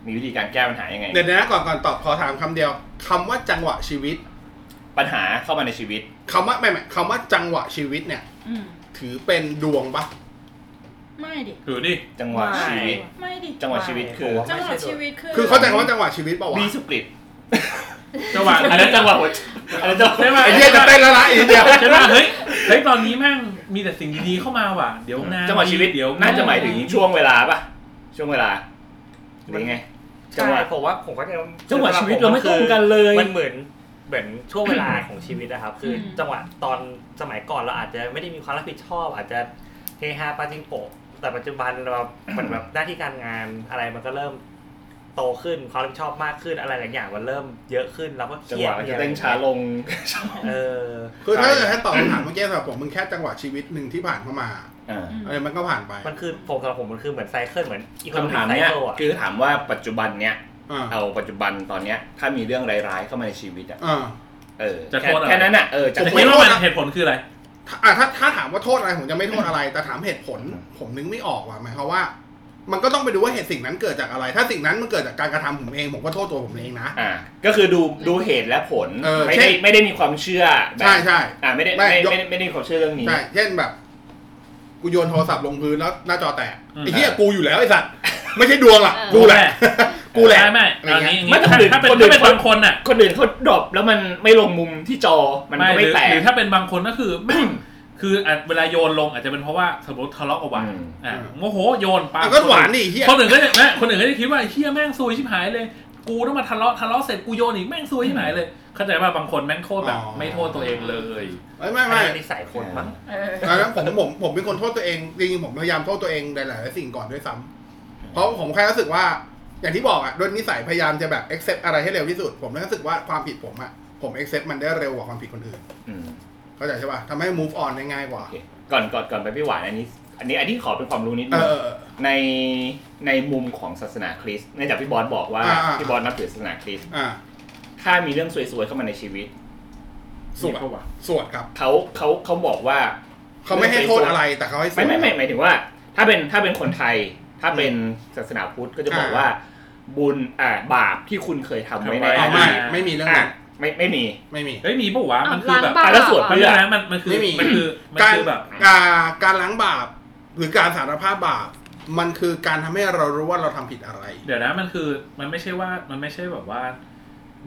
มีวิธีการแก้ปัญหายังไง เดี๋ยวนะก่อนก่อนตอบขอถามคำเดียวคำว่าจังหวะชีวิต ปัญหาเข้ามาในชีวิต คำว่าไม่ไม่คำว่าจังหวะชีวิตเนี่ย อืม ถือเป็นดวงปะ ไม่ดิ ถือดิ จังหวะ ไม่ ชีวิต ไม่ดิ จังหวะชีวิตคือ จังหวะชีวิตคือ คือเข้าใจคำว่าจังหวะชีวิตเปล่าวะ บีสปลิต จังหวะ อันนั้นจังหวะหัวอันนั้นจังหวะ ใช่ไหม ไอ้เหี้ยจะเต้นแล้วนะอีกเดียว ใช่ไหมเฮ้ยเฮ้ยตอนนี้แม่งมีแต่สิ่งดีๆเข้ามาว่ะเดี๋ยวนะ จังหวะชีวิต เดี๋ยว น่าจะหมายถึงช่วงเวลาป่ะ ช่วงเวลาหรือไงจั ใช่ งหวะ ผมว่าผมก็จะ จังหวะชีวิตเราไม่ตรงกันเลย มันเหมือนเหมือนช่วงเวลาของชีวิตนะครับ คืออ ม จังหวะตอนสมัยก่อนเราอาจจะไม่ได้มีความรับผิดชอบ อาจจะเฮฮาปาจิงโกะแต่ปัจจุบัน *coughs* เราเหมือนแบบหน้าที่การงานอะไรมันก็เริ่มโตขึ้นความรับผิดชอบมากขึ้นอะไรหลายอย่างมันเริ่มเยอะขึ้นเราก็เค จังหรียด วะมันจะเต้นช้าลง เออ คือถ้าจะให้ตอบคำถามเมื่อกี้สำหรับผมมึงแค่จังหวะชีวิตหนึ่งที่ผ่านเข้ามา อ่า อะไรมันก็ผ่านไป มันคือผมสำหรับผมมันคือเหมือนไซเคิลเหมือนอีโคโน คำ มิ ถาก ม ไซ เนี้ย เคิลอะ คือถามว่าปัจจุบันเนี้ย อ่า เอาปัจจุบันตอนเนี้ย ถ้ามีเรื่องร้ายๆเข้ามาในชีวิตอ่ะ อ่า เออ จะ แค่ โทษอะไร แค่นั้นอ่ะเออจะ ผม ไม่ ไม่ รู้ โทษ ว่ามันเหตุผลคืออะไร ถ้าอ่ะถ้าถ้าถามว่าโทษอะไรผมจะไม่โทษอะไร แต่ถามเหตุผล ผมนึกไม่ออกว่ะหมายความว่า มันก็ต้องไปดูว่าเหตุสิ่งนั้นเกิดจากอะไร ถ้าสิ่งนั้นมันเกิดจากการกระทำผมเองผมก็โทษตัวผมเองนะ อ่า ก็คือดูดูเหตุและผล เออ ไม่ เช่ ได้ น ไม่ได้มีความเชื่อแบบ ใช่ใช่ อ่าไม่ได้ ไม่ ไม่ ยก ไม่ได้ไม่ได้มีความเชื่อเรื่องนี้ ใช่ เช่นแบบ กูโยนโทรศัพท์ลงพื้นแล้วหน้าจอแตก อืม ไอ้เหี้ยกูอยู่แล้วไอ้สัตว์ไม่ใช่ดวงหรอก เออ กูแหละ กูแหละ ไม่ไม่เอาอย่างนี้ ไม่แต่คนอื่น ถ้าเป็น คนอื่ ถ้าน เป็นบางคนอ่ะ คนอื่นเขาดรอปแล้วมันไม่ลงมุมที่จอมันก็ไม่ หรือ แตก หรือถ้าเป็นบางคนก็คือ *coughs* คืออาจเวลาโยนลงอาจจะเป็นเพราะว่าสมมติทะเลาะกับหวาน อืม อ่ะโมโหโยนปา อ่ะก็หวานดิไอ้เหี้ย คนอื่นก็จะแม่คนอื่นก็จะคิดว่าไอ้เฮียแม่งซวยชิบหายเลย กูต้องมาทะเลาะทะเลาะเสร็จกูโยนอีกแม่งซวยชิบหายเลย เข้าใจว่าบางคนแม่งโทษแบบ อ๋อ ไม่โทษตัวเองเลย ไม่ไม่ไม่ นิสัยคนมั้ง เออ ตอนนั้นผมผมผมเป็นคนโทษตัวเองจริงๆผมพยายามโทษตัวเองหลายๆสิ่งก่อนด้วยซ้ำเพราะผมแค่รู้สึกว่า อย่างที่บอกอ่ะด้วยนิสัยพยายามจะแบบ accept อะไรให้เร็วที่สุด ผมเลยรู้สึกว่าความผิดผมอ่ะผม accept มันได้เร็วกว่าความผิดคนอื่น อืม เข้าใจใช่ป่ะทำให้ move on ได้ง่ายกว่า โอเคก่อนก่อนก่อนไปพี่หวานอันนี้ อันนี้อันนี้ขอเป็นความรู้นิด เอ นึง อ ในในมุมของศาสนาคริสต์เนื่องจากพี่บอสบอกว่า อ่าอ่า พี่บอสนับถือศาสนาคริสต์ อ่ะ ถ้ามีเรื่องซวยๆเข้ามาในชีวิต สวดสวดครับ เขาเขาเขาบอกว่า เขาไม่ให้โทษอะไรแต่เขาให้สว ไม่ ด ไม่ไม่หมายถึงว่า ถ้าเป็นถ้าเป็นคนไทย ถ้าเป็นศาสนาพุทธก็จะบอก อ่า ว่า บุญอ่าบาปที่คุณเคยทำไว้ใน ทำไว้ อ๋ออดี ไม่ ต ไม่มีเรื่องนั้อ่ะน ไม่ไม่มี ไม่มี เฮ้ยมีปะวะมันคือ ล้าง แบบ บาป อ่ะแล้วสวดเพื่ มันคืออะไรมันมันคือ ไม่มี มันคือมัน การ คือแบบ การการล้างบาปหรือการสารภาพบาป มันคือการทำให้เรารู้ว่าเราทำผิดอะไร เดี๋ยวนะมันคือมันไม่ใช่ว่ามันไม่ใช่แบบว่า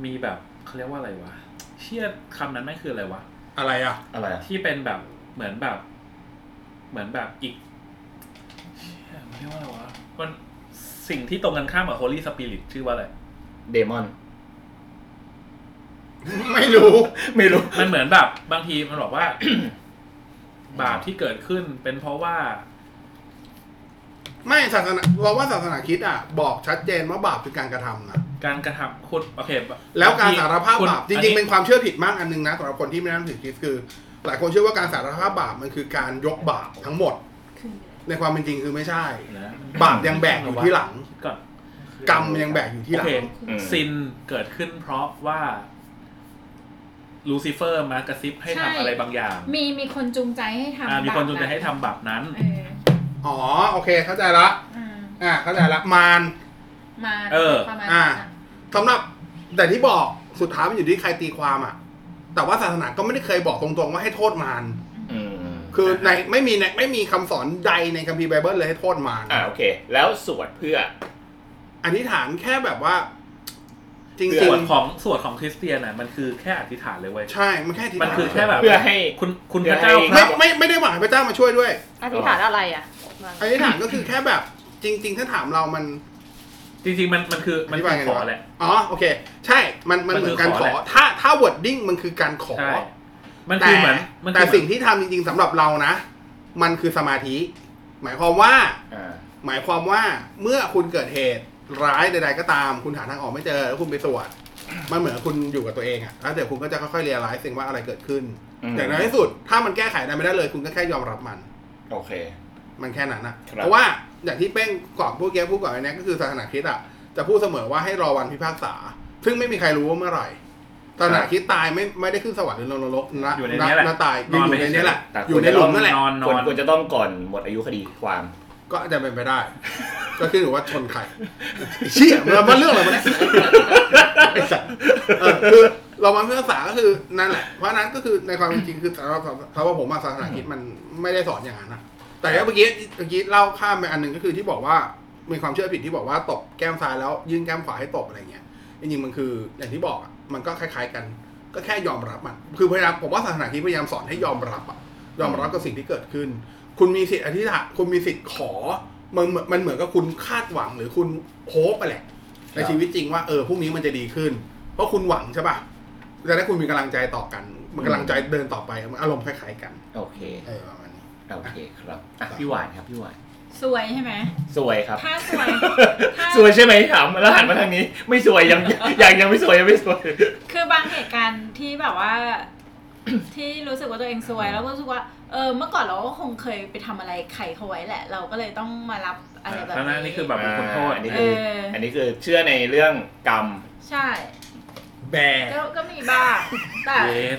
มีแบบเขาเรียกว่าอะไรวะเชี่ยคำนั้นไม่งคืออะไรวะ อะไรอ่ะ อะไรอ่ะ ที่เป็นแบบเหมือนแบบ เหมือนแบบอีกเชี่ยมันเรียกว่าอะไรวะมันสิ่งที่ตรงกันข้ามกับ Holy Spirit ชื่อว่าอะไร เดมอน ไม่รู้ ไม่รู้ มันเหมือนแบบบางทีมันบอกว่า *clears throat* บาปที่เกิดขึ้นเป็นเพราะว่า ไม่ศาสนาเราว่าศาสนาคริดอ่ะ บอกชัดเจนว่าบาปคือการกระทำนะ การกระทำคุณโอเค แล้วการสารภาพ คุณ บาปจ อั ริงๆเป็นความเชื่อผิดมากอันหนึงนะสำหรับคนที่ไม่นับถือคริสต์คือ หลายคนเชื่อว่าการสารภาพบาปมันคือการยกบาปทั้งหมด ในความเป็นจริงคือไม่ใช่ นะ บาปยังแบกอยู่ที่หลัง คิดก่อน กรรมยังแบกอยู่ที่ห โอ ลั เค ง อืม ซินเกิดขึ้นเพราะว่าลูซิเฟอร์มากระซิบให้ ใช่ ทำอะไรบางอย่าง มีมีคนจูงใจให้ทำ อ่ามีคนจูงใจ แบบ ให้ทำบาปนั้น เออ อ๋อโอเค เข้าใจละ อืม อ่าเข้าใจละมาร มา เออ ประมาณ อ่า นั้นอะ สำหรับแต่ที่บอกสุดท้ายมันอยู่ที่ใครตีความอะแต่ว่าศาสนาก็ไม่ได้เคยบอกตรงๆว่าให้โทษมาร อืม คือในไม่มีในไม่มีคำสอนใดในคัมภีร์ไบเบิลเลยให้โทษมาร อ่าโอเค แล้วสวดเพื่อ อธิษฐานแค่แบบว่า จริง ส่วนของส่วนของคริสเตียนน่ะมันคือแค่อธิษฐานเลยเว้ย ๆใช่มันแค่อธิษ มัน ฐาน คือแค่แบบ เพื่อให้ คุณคุณ เพื่อพระเจ้า ให้ ค ไม่ รับ ไม่ไม่ได้หวังให้พระเจ้ามาช่วยด้วย อธิษฐานอะไรอ่ะ อธิษฐานก็คือแค่แบบ จริง ๆ ถ้าถามเรามัน จริง ๆ มันมันคือมัน ธิ คื บาย อ ไง ข ดี อ วะ แหละ อ๋อโอเค ใช่มันมัน มัน เหมื คือ อนการข ขอ อ แหละ ถ้าถ้าวอดดิ้งมันคือการขอ ใช่มัน แต่ คือเหมือนมัน แต่ คือ สิ่งที่ทำจริงๆสำหรับเรานะ มันคือสมาธิ หมายความว่า อ่า หมายความว่าเมื่อคุณเกิดเหตุร้ายใดๆก็ตาม คุณหาทางออกไม่เจอแล้วคุณไปสวดมันเหมือนคุณอยู่กับตัวเองอะแล้วเดี๋ยวคุณก็จะค่อยๆเรียนร้ายสิ่งว่าอะไรเกิดขึ้น อืม อย่างน้อยที่สุด ถ้ามันแก้ไขอะไรไม่ได้เลย คุณก็แค่ยอมรับมัน โอเค มันแค่นั้นนะครับ เพราะว่าอย่างที่เป้งก่อนพูดแก้พูดก่อนไอ้เนี่ยก็คือศาสนาคริสต์อะจะพูดเสมอว่าให้รอวันพิพากษา ซึ่งไม่มีใครรู้ว่าเมื่อไหร่ศาสนาคริสต์ตายไม่ไม่ได้ขึ้นสวรรค์หรือลงนรกนะ อยู่ในเนี้ยแหละ นะตายอยู่อยู่ในเนี้ยแหละ แต่ อยู่ในหลุมนั่นแหละ นอนน คว อ ร น ควรจะต้องก่อนหมดอายุคดีความ ก็อาจจะเป็นไปได้ ก็ขึ้นอยู่ว่าชนใครเชี่ยมันมันเรื่องอะไรมาเนี่ย ไอ้สัตว์ *laughs* เออคือเรามาเพื่อศึกษาก็คือนั่นแหละ เพราะฉะนั้นก็คือในความเป็นจริงคือสำหรับสำหรับผมอะศาสนาคริดมันไม่ได้สอนอย่างนั้นนะแต่ก็เมื่อกี้เมื่อกี้เล่าข้ามไปอันหนึ่งก็คือที่บอกว่ามีความเชื่อผิดที่บอกว่าตบแก้มซ้ายแล้วยื่นแก้มขวาให้ตบอะไรเงี้ยจริงๆมันคืออย่างที่บอกอะมันก็คล้ายๆกัน ก็แค่ยอมรับมันคือพยายามผมว่าศาสนาคริดพยายามสอนให้ยอมรับอะยอมรับกับสิ่งที่เกิดขึ้น คุณมีสิทธิ์อธิษฐานคุณมีสิทธิ์ขอมันเหมือนมันเหมือนกับคุณคาดหวังหรือคุณโฮปไปแหละ ในชีวิตจริงว่าเออพรุ่งนี้มันจะดีขึ้น เพราะคุณหวังใช่ป่ะจะได้คุณมีกำลังใจต่อกันมันกำลังใจเดินต่อไปมันอารมณ์คล้ายๆกัน โอเค เออประมาณนี้ โอเคครับอ่ะพี่หวานครับพี่หวาน สวยใช่ไหม สวยครับ ถ้าสวย ถ้า สวยใช่ไหมถามแล้วหันมาทางนี้ ไม่สวยยังยังยังไม่สวยยังไม่สวย คือบางเหตุการณ์ที่แบบว่า *coughs* ที่รู้สึกว่าตัวเองสวยแล้วก็รู้สึกว่า เออ เมื่อก่อนเราก็คงเคยไปทำอะไรใครเขาไว้แหละ เราก็เลยต้องมารับอะไรแบบ ทั้งนั้นนี่คือแบบเป็นคนโทษ อ่าอันนี้ เออ อันนี้คือเชื่อในเรื่องกรรม ใช่ แบ ก็ก็มีบ้างแต่ เวท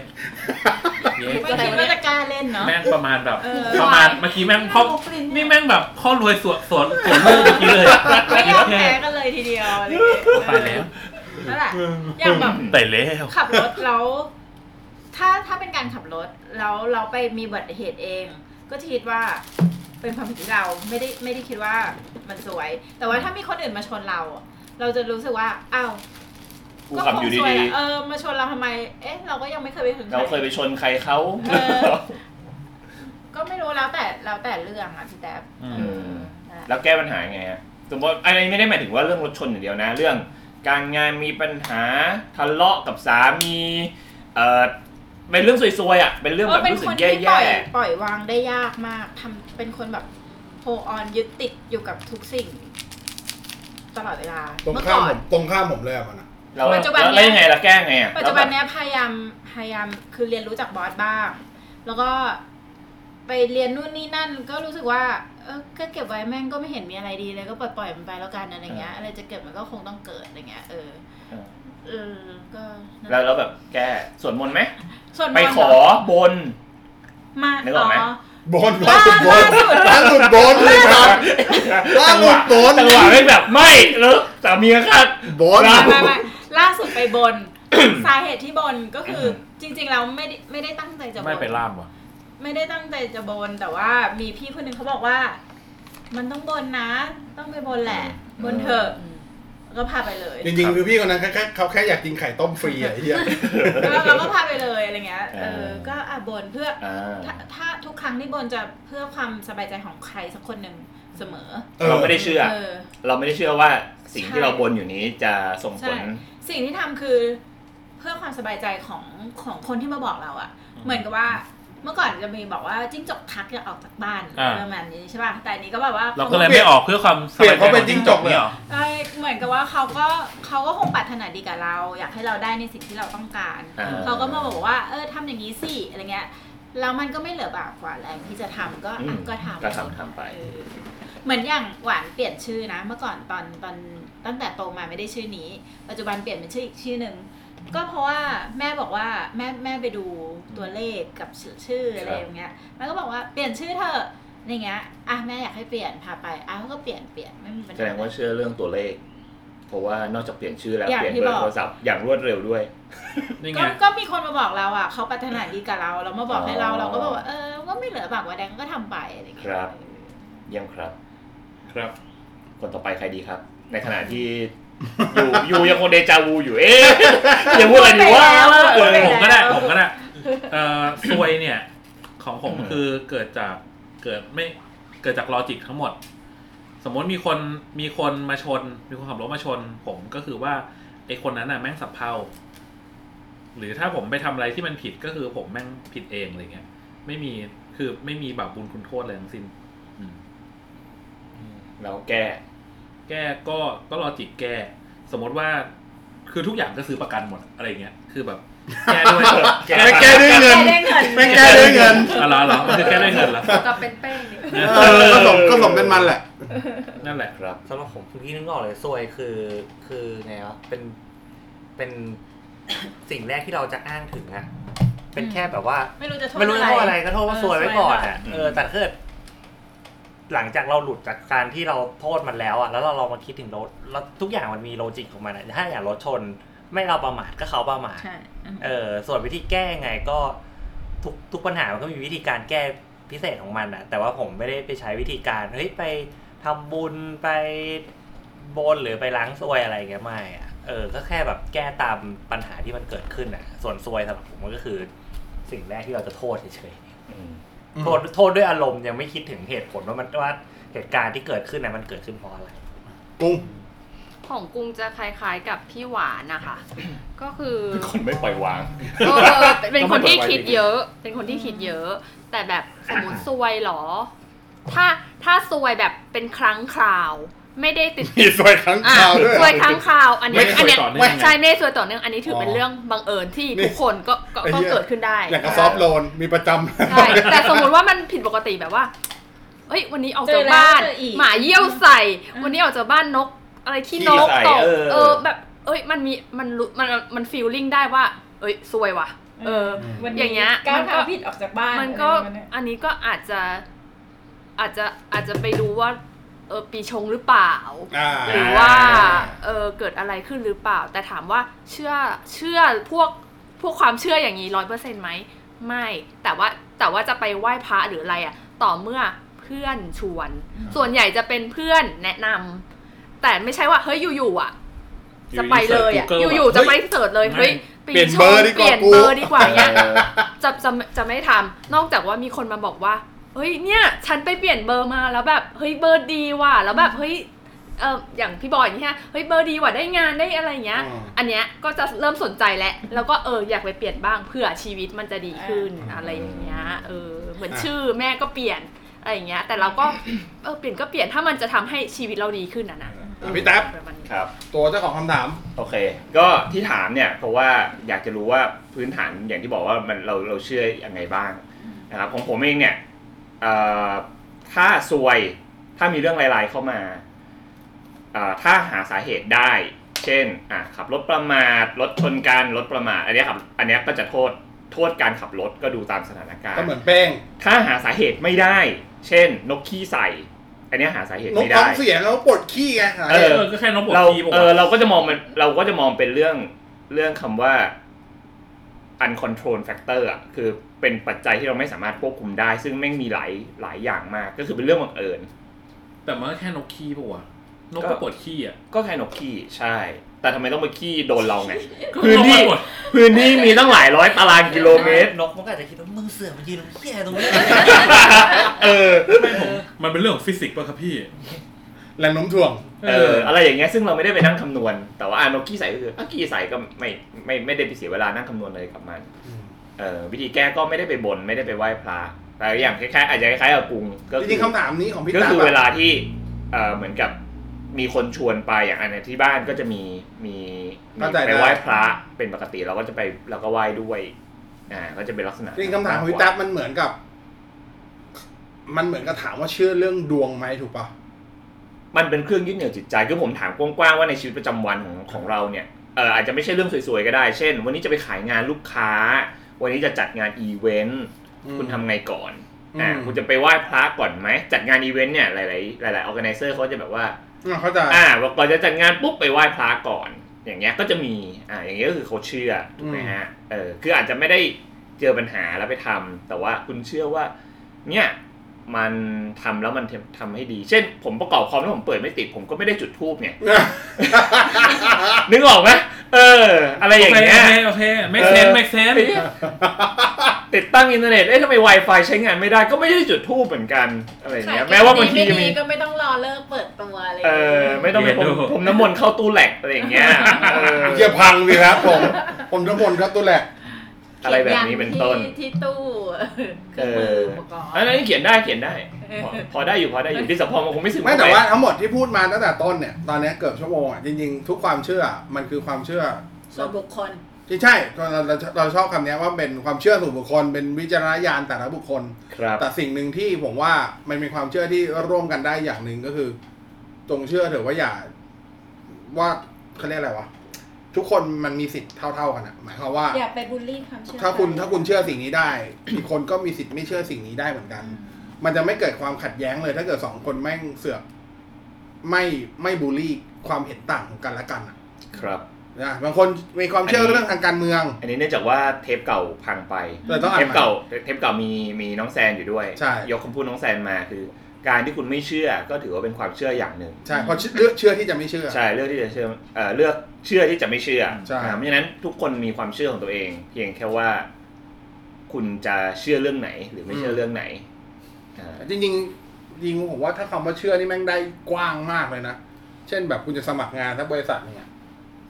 เย้ ไม่คิดว่าจะกล้าเล่นเนาะ แม่งประมาณแบบ เออ ประมาณเมื่อกี้แม่งพ่อนี่แม่งแบบพ่อรวยสวนสวนสวนลูกเมื่อกี้เลย ไม่ยอม แย่ แพ้กันเลยทีเดียวอะไร ตายแล้ว นั่นแหละอย่างแบบ ตายแล้ว ขับรถแล้ว ถ้าถ้าเป็นการขับรถแล้วเราไปมีอุบัติเหตุเอง ก็คิดว่าเป็นความผิดที่เราไม่ได้ไม่ได้คิดว่ามันสวย แต่ว่าถ้ามีคนอื่นมาชนเราอะเราจะรู้สึกว่าอ้าว กูขับอยู่ สว ดี อะเออมาชนเราทำไม เอ๊ะ เราก็ยังไม่เคยไปถึง ๆ ใ เราเคยไปชนใครเขา เออ ก็ไม่รู้แล้วแต่แล้วแต่เรื่องอ่ะพี่แต๊บ อืม เออนั่นแหละ *laughs* แล้วแก้ปัญหาไงอะสมมติอันนี้ไม่ได้หมายถึงว่าเรื่องรถชนอย่างเดียวนะ เรื่องการงานมีปัญหาทะเลาะกับสามีเออเป็นเรื่องซวยๆอ่ะเป็นเรื่องแบบ เป็น รู้สึ ค ก น แย่ ที่ปล่อย ๆ ปล่อยวางได้ยากมากทำเป็นคนแบบโฮออนยึดติดอยู่กับทุกสิ่ง ตลอดเวลา ตรง เมื่อ ข้าม ก่อ ผ น มตรงข้ามผมเลยอะมันอะ แล้ว ปัจจุบัน แล้ว เนี่ย ยังไงเราแก้ไงอ่ะ ปัจจุบันเนี้ยพยายามพยายามคือเรียนรู้จากบอสบ้าง แล้วก็ไปเรียนนู่นนี่นั่น ก็รู้สึกว่า เออก็เก็บไว้แม่งก็ไม่เห็นมีอะไรดีเลยก็ปล่อยปล่อยมันไปแล้วกันอะไรเงี้ยอะไรจะเกิดมันก็คงต้องเกิดอะไรเงี้ยเออเออก็นั่นแห แล้ว ละ เราแบบแก้สวดมนต์ไหม ส่วน ไป มนต์ ขอ เหร บน มา นึกออกไหม อ๋อ บนล่าสุดบนล่าสุดบนเลยครับ ล่าสุดบน จังหวะไม่แบบไม่แล้วสามีก็คาด บน ล่า ไม่ไม่ล่าสุดไปบน สาเหตุที่บนก็คือจริงๆแล้วไม่ได้ไม่ได้ตั้งใจจะบน ไม่ไปล่ามว่ะ ไม่ได้ตั้งใจจะบน แต่ว่ามีพี่คนหนึ่งเขาบอกว่า มันต้องบนนะ ต้องไปบนแหละ บนเถอะก็พาไปเลย จริงๆ คือพี่คนนั้นแค่แค่เขาแค่อยากกินไข่ต้มฟรีอะไอ้เหี้ย แล้วเราก็พาไปเลยอะไรเงี้ยเอ เอ อ อ ก็อ่ะบนเพื่อ อ่า ถ้าถ้าทุกครั้งที่บนจะเพื่อความสบายใจของใครสักคนหนึ่งเสมอ เราไม่ได้เชื่อ เออ เราไม่ได้เชื่อว่าสิ่งที่ ใช่ เราบนอยู่นี้จะส่งผ ใช่ ล สิ่งที่ทำคือเพื่อความสบายใจของของคนที่มาบอกเราอะ อืม เหมือนกับว่าเมื่อก่อนจะมีบอกว่าจิ้งจกทักจะออกจากบ้าน อ่า ประมาณนี้ใช่ป่ะแต่อันนี้ก็แบบว่า เราก็เลยไม่ออกเพื่อความสบายใจของจิ้งจกเนี่ยเหรอ เอ้ยเหมือนกับว่าเขาก็เขาก็คงปรารถนาดีกับเรา อยากให้เราได้ในสิ่งที่เราต้องการ อ่า เขาก็มาบอกว่าเออทำอย่างนี้สิอะไรเงี้ยแล้วมันก็ไม่เหลือบากกว่าแรงที่จะทำก็ อื อ่ะ ม ก็ทำ ก็ทำทำไป เออเหมือนอย่างหวานเปลี่ยนชื่อนะ เมื่อก่อนตอนตอนตั้งแต่โตมาไม่ได้ชื่อนี้ ปัจจุบันเปลี่ยนเป็นชื่ออีกชื่อหนึ่งก็เพราะว่าแม่บอกว่าแม่แม่ไปดูตัวเลขกับชื่อชื่ออะคไรรับ อย่างเงี้ยแม่ก็บอกว่าเปลี่ยนชื่อเธอะอะไรเงี้ยอ่ะแม่อยากให้เปลี่ยนพาไปอ้าวก็เปลี่ยนเปลี่ยนไม่มีปัญหา แสดงว่าเชื่อเรื่องตัวเลข เพราะว่านอกจากเปลี่ยนชื่อแล้ว อย่าง เปลี่ยน ที่ เบอ บอก ร์โทรศัพท์อย่างรวดเร็วด้วย นี่ไง ก็ก็มีคนมาบอกเราอ่ะเขาปรารถนาดีกับเราเรามาบอกให้เรา อ๋อ เราก็บอกว่าเออก็ไม่เหลือบากว่าแดงก็ทำไปอะไรเงี้ย ครับ เยี่ยมครับ ครับ คนต่อไปใครดีครับ ในขณะที่ *laughs* อยู่อยู่ยังคงเดจาวูอยู่เอ๊ะ *laughs* ยังพูดอะไรอยู่ว่า เออผมก็ได้ผมก็ได้เอ่อซวยเนี่ย ของผมคือเกิดจากเกิดไม่เกิดจากลอจิกทั้งหมด สมมติมีคนมีคนมาชน มีคนขับรถมาชน ผมก็คือว่าไอคนนั้นน่ะแม่งสับเพร่าหรือถ้าผมไปทำอะไรที่มันผิดก็คือผมแม่งผิดเองอะไรเงี้ยไม่มีคือไม่มีบาปบุญคุณโทษอะไรทั้งสิ้นอืม เราแก้ แก้ก็ก็ลอจิกแก้สมมติว่าคือทุกอย่างก็ซื้อประกันหมดอะไรเงี้ยคือแบบ แก้ด้วย *laughs* แก้ แก้ด้วยเงิน ได้เงิน แม่งแก้ด้วยเงิน อะไร *laughs* อเหรอมันคือแก้ด้วยเงินเหรอ ก็เป็นเป้งนี่ เออก็สมก็สมเป็นมันแหละ *laughs* นั่นแหละ ครับ สำหรับผมพี่นึกออกเลยซวยคือคือไงวะเป็นเป็น *coughs* สิ่งแรกที่เราจะอ้างถึงอะเป็น อืม แค่แบบว่า ไม่รู้จะโทษ ไม่รู้จะโทษ อะ อะไร ไรก็โทษว่า เออ ซวยไว้ก่อซวนยไว้ก่อน อะเออแต่ถ้าเกิดหลังจากเราหลุดจากการที่เราโทษมันแล้วอะแล้วเราลองมาคิดถึงรถแล้วทุกอย่างมันมีโลจิกของมันอะถ้าอย่างรถชน ไม่เราประมาทก็เขาประมาท ใช่ เออส่วนวิธีแก้ยังไงก็ทุกทุกปัญหามันก็มีวิธีการแก้พิเศษของมันอะแต่ว่าผมไม่ได้ไปใช้วิธีการเฮ้ยไปทำบุญไปบนหรือไปล้างซวยอะไรอย่างเงี้ยไม่อะเออก็แค่แบบแก้ตามปัญหาที่มันเกิดขึ้นอะส่วนซวยสำหรับผมมันก็คือ สิ่งแรกที่เราจะโทษเฉยๆโทษโทษด้วยอารมณ์ยังไม่คิดถึงเหตุผลว่ามันว่าเหตุการณ์ที่เกิดขึ้นนะมันเกิดขึ้นเพราะอะไร กุ้ง ของกรุงจะคล้ายๆกับพี่หวานนะคะ ก็คือ คนไม่ปล่อยวาง เออเป็นคนที่คิดเยอะ เป็นคนที่คิดเยอะ แต่แบบสมมติซวยเหรอ ถ้าถ้าซวยแบบเป็นครั้งคราว ไม่ได้ติด มีซวยครั้ง อ่ะ คราวด้วย ซวยครั้งคราว อันเนี้ย ไม่ซอัวยนเนี้ย ต่อเนื่อง ใช่ไม่ได้ซวยต่อเนื่องอันนี้ถือเป็น อ๋อ เรื่องบังเอิญที่ นี่ ทุกคนก็ก็ ไอ้ ก็ เหี้ย เกิดขึ้นได้ อย่างกับซอฟต์โลนมีประจ ใช่แต่สมมติว่ามันผิดปกติแบบว่าเอ้ยวันนี้ออกจากบ้าน เจอแล้วเจออีก หมาเยี่ยวใส่ วันนี้ออกจากบ้านนก อะไรขี้นก ขี้ใส่ ตก เออ เออแบบ เอ้ยมันมีมันรู้มันมันฟีลลิ่งได้ว่า เอ้ยซวยว่ะ เออ วันนี้ อย่างเงี้ย ก้าว มันก็ เท้าผิดออกจากบ้าน มันก็ อะไรประาณเนี้ย อันนี้ก็อาจจะอาจจะอาจจะไปดูว่า เออปีชงหรือเปล่า อ่า หรือว่าเออเกิดอะไรขึ้นหรือเปล่า แต่ถามว่าเชื่อเชื่อพวกพวกความเชื่ออย่างนี้ร้อยเปอร์เซ็นต์ไหมไม่แต่ว่าแต่ว่าจะไปไหว้พระหรืออะไรอะ่ะ ต่อเมื่อเพื่อนชวน ส่วนใหญ่จะเป็นเพื่อนแนะนำแต่ไม่ใช่ว่าเฮ้ยอยู่ๆอ่ะ จะไปเลยอ่ะ อ อยู่ ยู่ ๆจะไปเสิร์ชเลยเฮ้ย เปลี่ยนเบอร์ดีก เป ว่า ลี่ยน กู เบอร์ดีกว่าเนี้ย ๆเออ จะจะจะไม่ทำนอกจากว่ามีคนมาบอกว่า เฮ้ยเนี่ย ฉันไปเปลี่ยนเบอร์มาแล้วแบบเฮ้ยเบอร์ดีว่ะแล้วแบบเฮ้ยเอออย่างพี่บอยอย่างเงี้ยเฮ้ยเบอร์ดีว่ะได้งานได้อะไรอย่างเงี้ย อันเนี้ยก็จะเริ่มสนใจแล้วแล้วก็เอออยากไปเปลี่ยนบ้างเผื่อชีวิตมันจะดีขึ้นอะไรอย่างเงี้ยเออเหมือนชื่อแม่ก็เปลี่ยนอะไรอย่างเงี้ย แต่เราก็ เออเปลี่ยนก็เปลี่ยนถ้ามันจะทำให้ชีวิตเราดีขึ้นอ่ะนะ อ่ะพี่แท็บ ประมาณนี้ ครับ ตัวเจ้าของคำถาม โอเค ก็ที่ถามเนี่ยเพราะว่าอยากจะรู้ว่าพื้นฐานอย่างที่บอกว่ามันเราเราเชื่อยังไงบ้างนะครับของผมเองเนี่ยเอ่อถ้าซวยถ้ามีเรื่องลายๆเข้ามาเอ่อถ้าหาสาเหตุได้ เช่นอ่ะขับรถประมาทรถชนกันรถประมาทอันเนี้ยครับอันเนี้ยก็จะโทษโทษการขับรถก็ดูตามสถานการ ก็ ณ์ เหมือนแป้ง ถ้าหาสาเหตุไม่ได้ เช่น นกขี้ใส่ อันเนี้ยหาสาเหตุ นก ไม่ ท้อ ได้ งเสียงแล้วปวดขี้ไงหา เอ เหตุอเออก็แค่น้องบอก เรา ทีบอก เอ ว่า อเราก็จะมองมันเราก็จะมองเป็นเรื่องเรื่องคำว่า uncontrol factor อ่ะคือเป็นปัจจัยที่เราไม่สามารถควบคุมได้ ซึ่งแม่งมีหลายหลายอย่างมาก ก็คือเป็นเรื่องบังเอิญ แต่มันก็แค่นกขี้ปะวะนก ก็ ก็ปวดขี้อ่ะ ก็แค่นกขี้ใช่ แต่ทำไมต้องมาขี้โดนเราไง ก็ พื้นที่ กมัปวด พื้นที่มีตั้งหลายร้อยตารางกิโลเม *laughs* ตร นกมันก็อาจจะคิดว่ามึงเสือกมายืนเหี้ยตรงนี้ เออ มันเป็นเรื่องของฟิสิกส์ป่ะครับพี่ แรงโน้มถ่วง เอออะไรอย่างเงี้ยซึ่งเราไม่ได้ไปนั่งคำนวณ แต่ว่าอ่ะนกขี้ใส่ก็คืออ่ะขี้ใส่ก็ไม่ไม่ไม่ได้ไปเสียเวลานั่งคำนวณเลยกับมัน เออวิธีแก้ก็ไม่ได้ไปบนไม่ได้ไปไหว้พระแต่อย่างคล้ายๆอาจจะคล้ายๆกับกรุงก็ จ คือ ริงๆคำถามนี้ของพี่ ก็ ตั๊ คื บ อเว อะ ลาที่เออเหมือนกับมีคนชวนไปอย่างอันเนยที่บ้านก็จะมีมีมีไปไหว้พระเป็นปกติเราก็จะไปเราก็ไหว้ด้วยอ่าก็จะเป็นลักษณะ จริงๆคำถามของพี่ตั๊บมันเหมือนกับ มันเหมือนกับถามว่าเชื่อเรื่องดวงไหมถูกปะ มันเป็นเครื่องยึดเหนี่ยวจิตใจคือผมถามกว้างๆว่าในชีวิตประจำวันของของเราเนี่ยเอออาจจะไม่ใช่เรื่องสวยๆก็ได้ เช่น วันนี้จะไปขายงานลูกค้า วันนี้จะจัดงานอีเวนต์ อืม คุณทำไงก่อน อืม อ่าคุณจะไปไหว้พระก่อนไหม จัดงานอีเวนต์เนี่ยหลาย ๆ หลาย ๆ ออแกไนเซอร์เขาจะแบบว่า อ่ะเข้าใจ อ่าว่าก่อนจะจัดงานปุ๊บไปไหว้พระก่อน อย่างเงี้ยก็จะมี อ่า อย่างเงี้ยก็คือเขาเชื่อถูกไหมฮะ เออ คืออาจจะไม่ได้เจอปัญหาแล้วไปทำ แต่ว่าคุณเชื่อว่า เนี่ยมันทำแล้วมันทำให้ดี เช่น ผมประกอบคอมแล้วผมเปิดไม่ติด ผมก็ไม่ได้จุดทูบเนี่ย นึกออกไหมเออ อะไรอย่างเงี้ย โอเคโอเคไม่เซนไม่เซน เอ๊ะติดตั้งอินเทอร์เน็ต เอ๊ะทำไม Wi-Fi ใช้งานไม่ได้ ก็ไม่ได้จุดทูบเหมือนกัน อะไรอย่างเงี้ย แม้ว่าบางทีจะ ไม่ มี ดีก็ไม่ต้องรอเลิกเปิดตัวอะไร เออ ไม่ต้องไปพรม เรียนดู พรมน้ำมนต์เข้าตู้แหลกอะไรอย่างเงี้ยเออ เยี่ยพังสิครับผม ผมทั้งหมดครับตัวแหละ อะไรแบบนี้เป็นต้น ที่ที่ตู้เค เอ รื่องอมืออุปกร อัน ณ์ นั้นเขียนได้เขียนได้ พอพอได้อยู่พอได้อยู่ที่สพมันคงไม่สึ ไม่แต่ว่าทั้งหมดที่พูดมาตั้งแต่ต้นเนี่ย ตอนเนี้ยเกือบชั่วโมงอ่ะ จริงๆ ทุกความเชื่อมันคือความเชื่อ ส่วนบุคคล ที่ใช่เราเราเราชอบคำเนี้ยว่าเป็นความเชื่อส่วนบุคคล เป็นวิจารณญาณแต่ละบุคคล ครับ แต่สิ่งหนึ่งที่ผมว่ามันเป็นความเชื่อที่ร่วมกันได้อย่างหนึ่งก็คือ จงเชื่อเถอะว่าอย่าว่าเขาเรียกอะไรวะทุกคนมันมีสิทธิ์เท่า ๆกันอะหมายความว่า อย่าไปบูลลี่ความเชื่อ ถ้าคุณ ใร ถ้าคุณเชื่อสิ่งนี้ *coughs* ได้ อีกคนก็มีสิทธิ์ไม่เชื่อสิ่งนี้ได้เหมือนกัน มันจะไม่เกิดความขัดแย้งเลย ถ้าเกิดสองคนแม่งเสือกไม่ไม่บูลลี่ความเห็นต่างของกันและกันอะ ครับ นะบางคนมีความเชื่อเรื่องทางการเมือง อันนี้เนื่องจากว่าเทปเก่าพังไป เลยต้องอัด เทป ใหม่ เก่า เทปเก่ามีมีน้องแซนอยู่ด้วย ใช่ ยกคำพูดน้องแซนมาคือ การที่คุณไม่เชื่อก็ถือว่าเป็นความเชื่ออย่างหนึ่ง ใช่เพราะเลือกเชื่อที่จะไม่เชื่อ ใช่เลือกที่จะเชื่อเอ่อเลือกเชื่อที่จะไม่เชื่อ ใช่ อ่าเพราะฉะนั้นทุกคนมีความเชื่อของตัวเอง เพียงแค่ว่า คุณจะเชื่อเรื่องไหน หรือไม่เชื่อเรื่องไหนอ่า จริงๆจริงๆผมว่าถ้าคำว่าเชื่อนี่แม่งได้กว้างมากเลยนะ เช่นแบบคุณจะสมัครงานถ้าบริษัทเนี่ย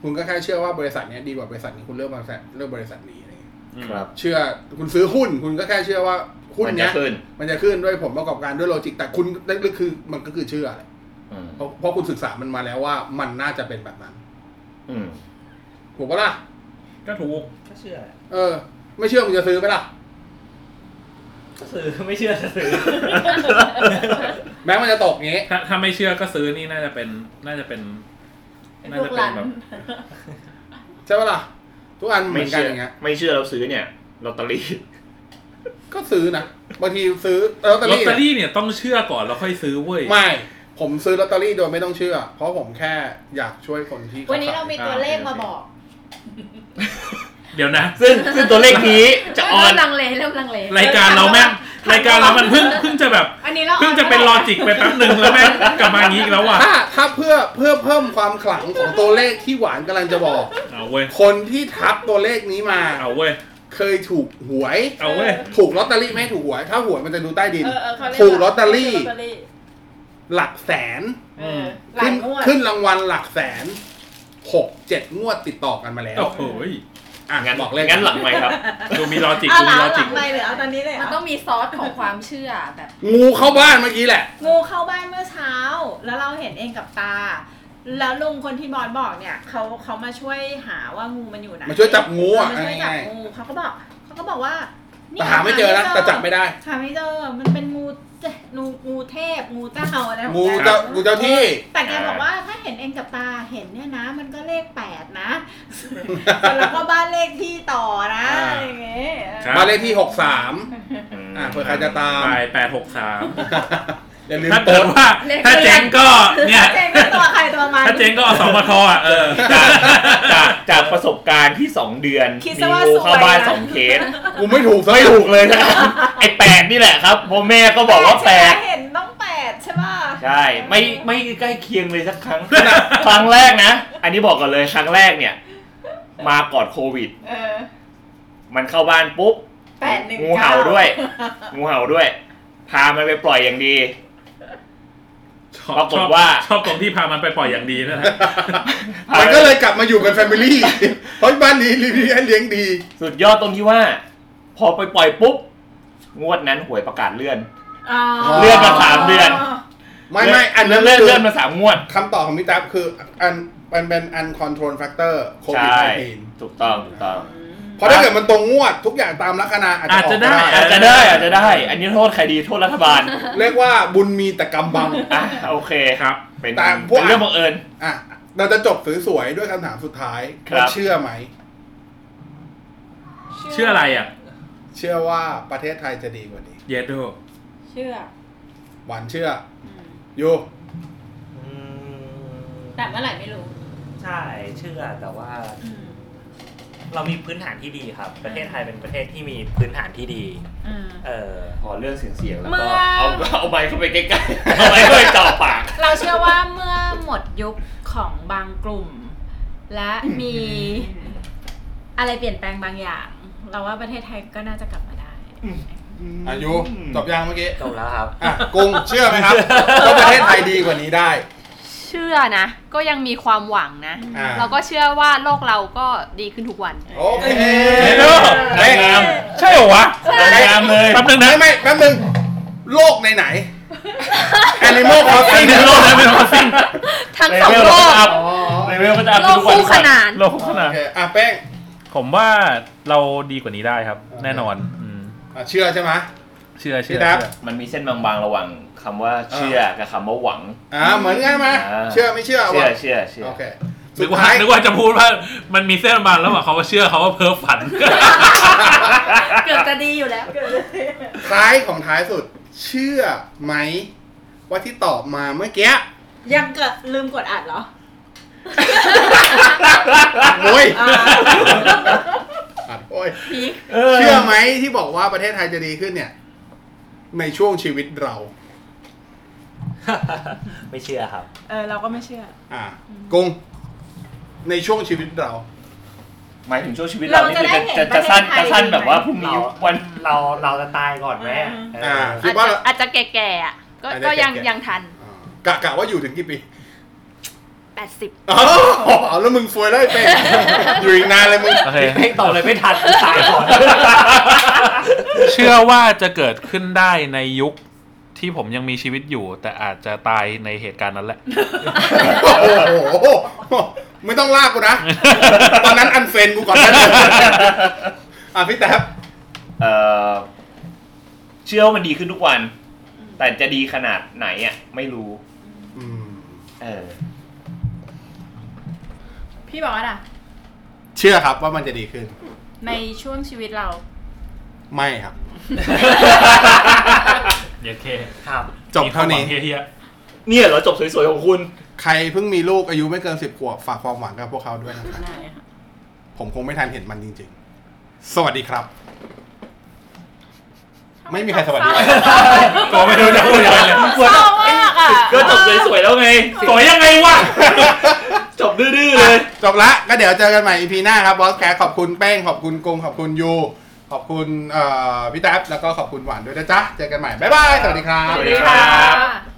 คุณก็แค่เชื่อว่าบริษัทเนี้ยดีกว่าบริษัทนี้คุณเลือกบริษัทเลือกบริษัทนี้อะไรเงี้ย ครับ เชื่อคุณซื้อหุ้น คุณก็แค่เชื่อว่าหุ้น มัจะ เนี้ย ขึ้น มันจะขึ้นด้วยผลประกอบการด้วยโลจิก แต่คุณนั่นก็คือมันก็คือเชื่อแหละ อืม เพราะเพราะคุณศึกษามันมาแล้วว่ามันน่าจะเป็นแบบนั้น อืม ถูกปะล่ะ ก็ถูก *laughs* ก็เชื่อ เออ ไม่เชื่อมึงจะซื้อไหมล่ะ ก็ซื้อไม่เชื่อจะซื้อ แม้มันจะตกอย่างงี้ ถ้าถ้าไม่เชื่อก็ซื้อนี่น่าจะเป็นน่าจะเป็น น่าจะเป็นแบบ ใช่ปะล่ะ ทุกอันเหมื ไม่ อนกัน เชื่อ อย่างเงี้ย ไม่เชื่อเราซื้อเนี่ยลอตเตอรี่ ก็ซื้อนะบางทีซื้อลอตเตอ ลอต รี่ เตอ เนี่ย รี่เนี่ยต้องเชื่อก่อนแล้วค่อยซื้อเว้ย ไม่ ผมซื้อลอตเตอรี่โดยไม่ต้องเชื่อ เพราะผมแค่อยากช่วยคนที่ข วันนี้เรามี ขย ตัวเลขมาบอก เดี๋ยวนะ ซึ่งซึ่งตัวเลขนี้จะออ เริ่ น มลังเลเริ่มลังเล รายการเราแม่งรายการเรามันเพิ่งเพิ่งจะแบบ อันนี้เรา เพิ่งจะเป็นลอจิกไปแป๊บหนึ่งแล้วแม่งกลับมาอย่างนี้อีกแล้วว่ะ ถ้าถ้าเพื่อเพื่อเพิ่มความขลังของตัวเลขที่หวานกำลังจะบอก เอาเว้ย คนที่ทับตัวเลขนี้มา เอาเว้ย เคยถูกหวย เอาเว้ย ถูกลอตเตอรี่ไม่ถูกหวย ถ้าหวยมันจะดูใต้ดิน เออเออเขาเรียก ถูกลอตเตอรี่ ถูกลอตเตอรี่ หลักแสน เออหลา ขึ้ ย น งวด ขึ้นรางวัลหลักแสนหกเจ็ดงวดติดต่อกันมาแล้ว โอ้โหย อ่ะ งั้น บอกเลข งั้นหลังไหมค์ครับ ดูมีลอจิก เอา ดู หมีลลังอ ห จิ ลั ก งไปหรือเอาตอนนี้เลยเหร มัน อ ต้องมีซอสของความเชื่อแบบ งูเข้าบ้านเมื่อกี้แหละ งูเข้าบ้านเมื่อเช้า แล้วเราเห็นเองกับตา แล้วลุงคนที่บอสบอกเนี่ยเขาเขามาช่วยหาว่างูมันอยู่ไหน มาช่วยจับงูอ่ะ มาช่วยจับ ง่าย งูเขาก็บอกเขาก็บอกว่า ๆ นี่ แต่หาไม่เจอนะแต่จับไม่ได้ หาไม่เจอมันเป็นงูเจงูงูเทพงูเจ้าอะไรของ งู แก เจ้างูเจ้าที่ แต่แกบอกว่าถ้าเห็นเองกับตาเห็นเนี่ยนะ มันก็เลขแปดนะ *laughs* แล้วก็บ้านเลขที่ต่อนะ อ่า อะไรอย่างเงี้ย ครับ มานเลขที่หกสามอ่ะเผื่อใครจะตาม ไปแปดหกสาม อย่าลืม ถ้า โพ เกิ ส ด ต์ ว่า เลข ถ้าเจ๊งก็เนี่ย เจ๊งก็ตัวใครตัวมัน ถ้าเจ๊งก็อสมทอ่ะเออ จากจากจากประสบการณ์ที่สองเดือน คิด มี ซะว่า งู สวย เข้าบ้าน นะ สองเคส กูไม่ถูกซะ ไม่ถูกเลยนะครับไอแปดนี่แหละครับพ่อแม่ก็บอกว่าแปด ใช่ไหมเห็นต้องแปดใช่ป่ะ ใช่ไม่ไม่ใกล้เคียงเลยสักครั้ง ครั้งแรกนะ อันนี้บอกก่อนเลยครั้งแรกเนี่ย มาก่อนโควิด เออ มันเข้าบ้านปุ๊บ แปดหนึ่ง งูเห่าด้วย งูเห่าด้วย พามันไปปล่อยอย่างดี ชอบ *laughs* ปรากฏ ชอบ ว่า ชอบตรงที่พามันไปปล่อยอย่างดีนะฮะ มันก็เลยกลับมาอยู่เป็นแฟมิลี่ *laughs* เพราะบ้านนี้รีวิวเลี้ยงดี สุดยอดตรงที่ว่า พอไปปล่อยปุ๊บ งวดนั้นหวยประกาศเลื่อน อ๋อ เลื่อนมาสามเดือน ไม่ไม่อันนั้น เลื่อน คือ เลื่อนมาสามงวด คำตอบของพี่ตั๊บคืออันมันเป็น uncontrol factor โควิด ใช่ 19 ถูกต้องถูกต้อง เพราะถ้าเกิดมันตรงงวดทุกอย่างตามลัคนาอาจจะออกก็ อาจจะได้ ได้ อาจจะได้อาจจะได้ อันนี้โทษใครดีโทษรัฐบาล เรียกว่าบุญมีแต่กรรมบัง *laughs* อ่ะโอเค ครับ เป็น ตามพวก เป็นเรื่องบังเอิญ อ่ะเราจะจบสวยๆด้วยคำถามสุดท้าย ครับ ว่าเชื่อไหม เชื่ออะไรอ่ะ เชื่อว่าประเทศไทยจะดีกว่านี้ เยโด เชื่อ หวานเชื่อ อืม อยู่ อืม แต่เมื่อไหร่ไม่รู้ ใช่เชื่อแต่ว่า อืม เรามีพื้นฐานที่ดีครับ ประเทศไทยเป็นประเทศที่มีพื้นฐานที่ดี อืม เออ ขอเรื่องเสียงเสียงแล้ว เมื่ ก็ อ เอาเอาไมค์เข้าไปใกล้ๆเอาไมค์เข้าไปจ่อปาก เราเชื่อว่าเมื่อหมดยุคของบางกลุ่ม และมีอะไรเปลี่ยนแปลงบางอย่าง เราว่าประเทศไทยก็น่าจะกลับมาได้ อายุจบยังเมื่อกี้ จบแล้วครับ อ่ะกรุงเชื่อไหมครับว่าประเทศไทยดีกว่านี้ได้ เชื่อนะ ก็ยังมีความหวังนะ อ่า เราก็เชื่อว่าโลกเราก็ดีขึ้นทุกวัน โอเค เยโด เฮ้ย นางงามใช่เหรอวะนางงามเลยแป๊บนึงนะ ไม่ไม่แป๊บนึงโลกไหนไหน Animal ไอ้ *laughs* Crossing เนื้อโล *laughs* กนะเป็นคอสซิง ทั้ง *laughs* สองโลก อ๋อ เลเวลก็จะอัพ โลกคู่ขนาน โลกคู่ขนา โอน เคอ่ะแป้ง ผมว่าเราดีกว่านี้ได้ครับ แน่นอนอืม อ่ะเชื่อใช่ไหม เชื่อเชื่ พี่ อ ดับ เชื่อ มันมีเส้นบางๆระหว่างคำว่าเชื่อกับคำว่าหวัง อ่าเหมือนกันไหม อ่า เชื่อไม่เชื่อ เชื่ วะ อเชื่อเชื่อ โอเคสุ นึ ด กว่า ท้าย นึกว่าจะพูดว่ามันมีเส้นบางแล้วหว่างเขาว่าเชื่อเขาว่าเพ้อฝัน เกือบจะดีอยู่แล้ว ท้ายของท้ายสุด เชื่อไหมว่าที่ตอบมาเมื่อกี้ ยังเกิดลืมกดอัดเหรอ โอ้ยอัดโอ้ย เชื่อไหมที่บอกว่าประเทศไทยจะดีขึ้นเนี่ย ในช่วงชีวิตเรา ไม่เชื่อครับ เออเราก็ไม่เชื่อ อ่ะกงในช่วงชีวิตเรา หมายถึงช่วงชีวิตเรา เรา นี่คือจะจะได้เห็ จะ น จะสั้น ประเทศจะไทยสั้น ดีไหม แบบว่าพรุ่งนี้ เรา วัน *laughs* เราเราจะตายก่อนไหมเ อ่า อาจจะอาจจะแก่ๆอ่ะก็ อาจจะ ก็ยัง แก่ๆ ยังทัน อ่ากะกะว่าอยู่ถึงกี่ปี 80 อ๋อเอาแล้วมึงซวยเลยเป็นอยู่อีกนานเลยมึง โอเค ไม่ต่อเลยไม่ทันตายก่อน เชื่อว่าจะเกิดขึ้นได้ในยุคที่ผมยังมีชีวิตอยู่ แต่อาจจะตายในเหตุการณ์นั้นแหละ โอ้โหไม่ต้องลากกูนะ ตอนนั้นอันเฟนกูก่อนนะอ่ะพี่แท็บ เอ่อเชื่อว่ามันดีขึ้นทุกวัน แต่จะดีขนาดไหนอ่ะไม่รู้ อืม เออ *laughs* พี่บอกว่าอ่ะ เช ชื่อครับว่ามันจะดีขึ้น ในช่วงชีวิตเรา ไม่ครับ เดี๋ยวเค ครับ จบเท่านี้ มีควมหวังเฮีย เนี่ยเหรอจบสวยๆของคุณ ใครเพิ่งมีลูกอายุไม่เกินสิบขวบฝากความหวังกับพวกเขาด้วยนะครับ ได้ค่ะ ผมคงไม่ทันเห็นมันจริงๆ สวัสดีครับ ไม่มีใครสวัสดี ๆตัวไม่รู้จะพูดอะไรเลย เศร้ามากอ่ะ ก็จบสวยๆแล้วไง สวยยังไงวะ จบดื้อๆเลย จบละก็เดี๋ยวเจอกันใหม่ EP หน้าครับบอสแคขอบคุณแป้ง ขอบคุณกงขอบคุณยู ขอบคุณเอ่อพี่แท็บแล้วก็ขอบคุณหวานด้วยนะจ๊ะ เจอกันใหม่ บ๊ายบาย สวัสดีครับ สวัสดีครับ บ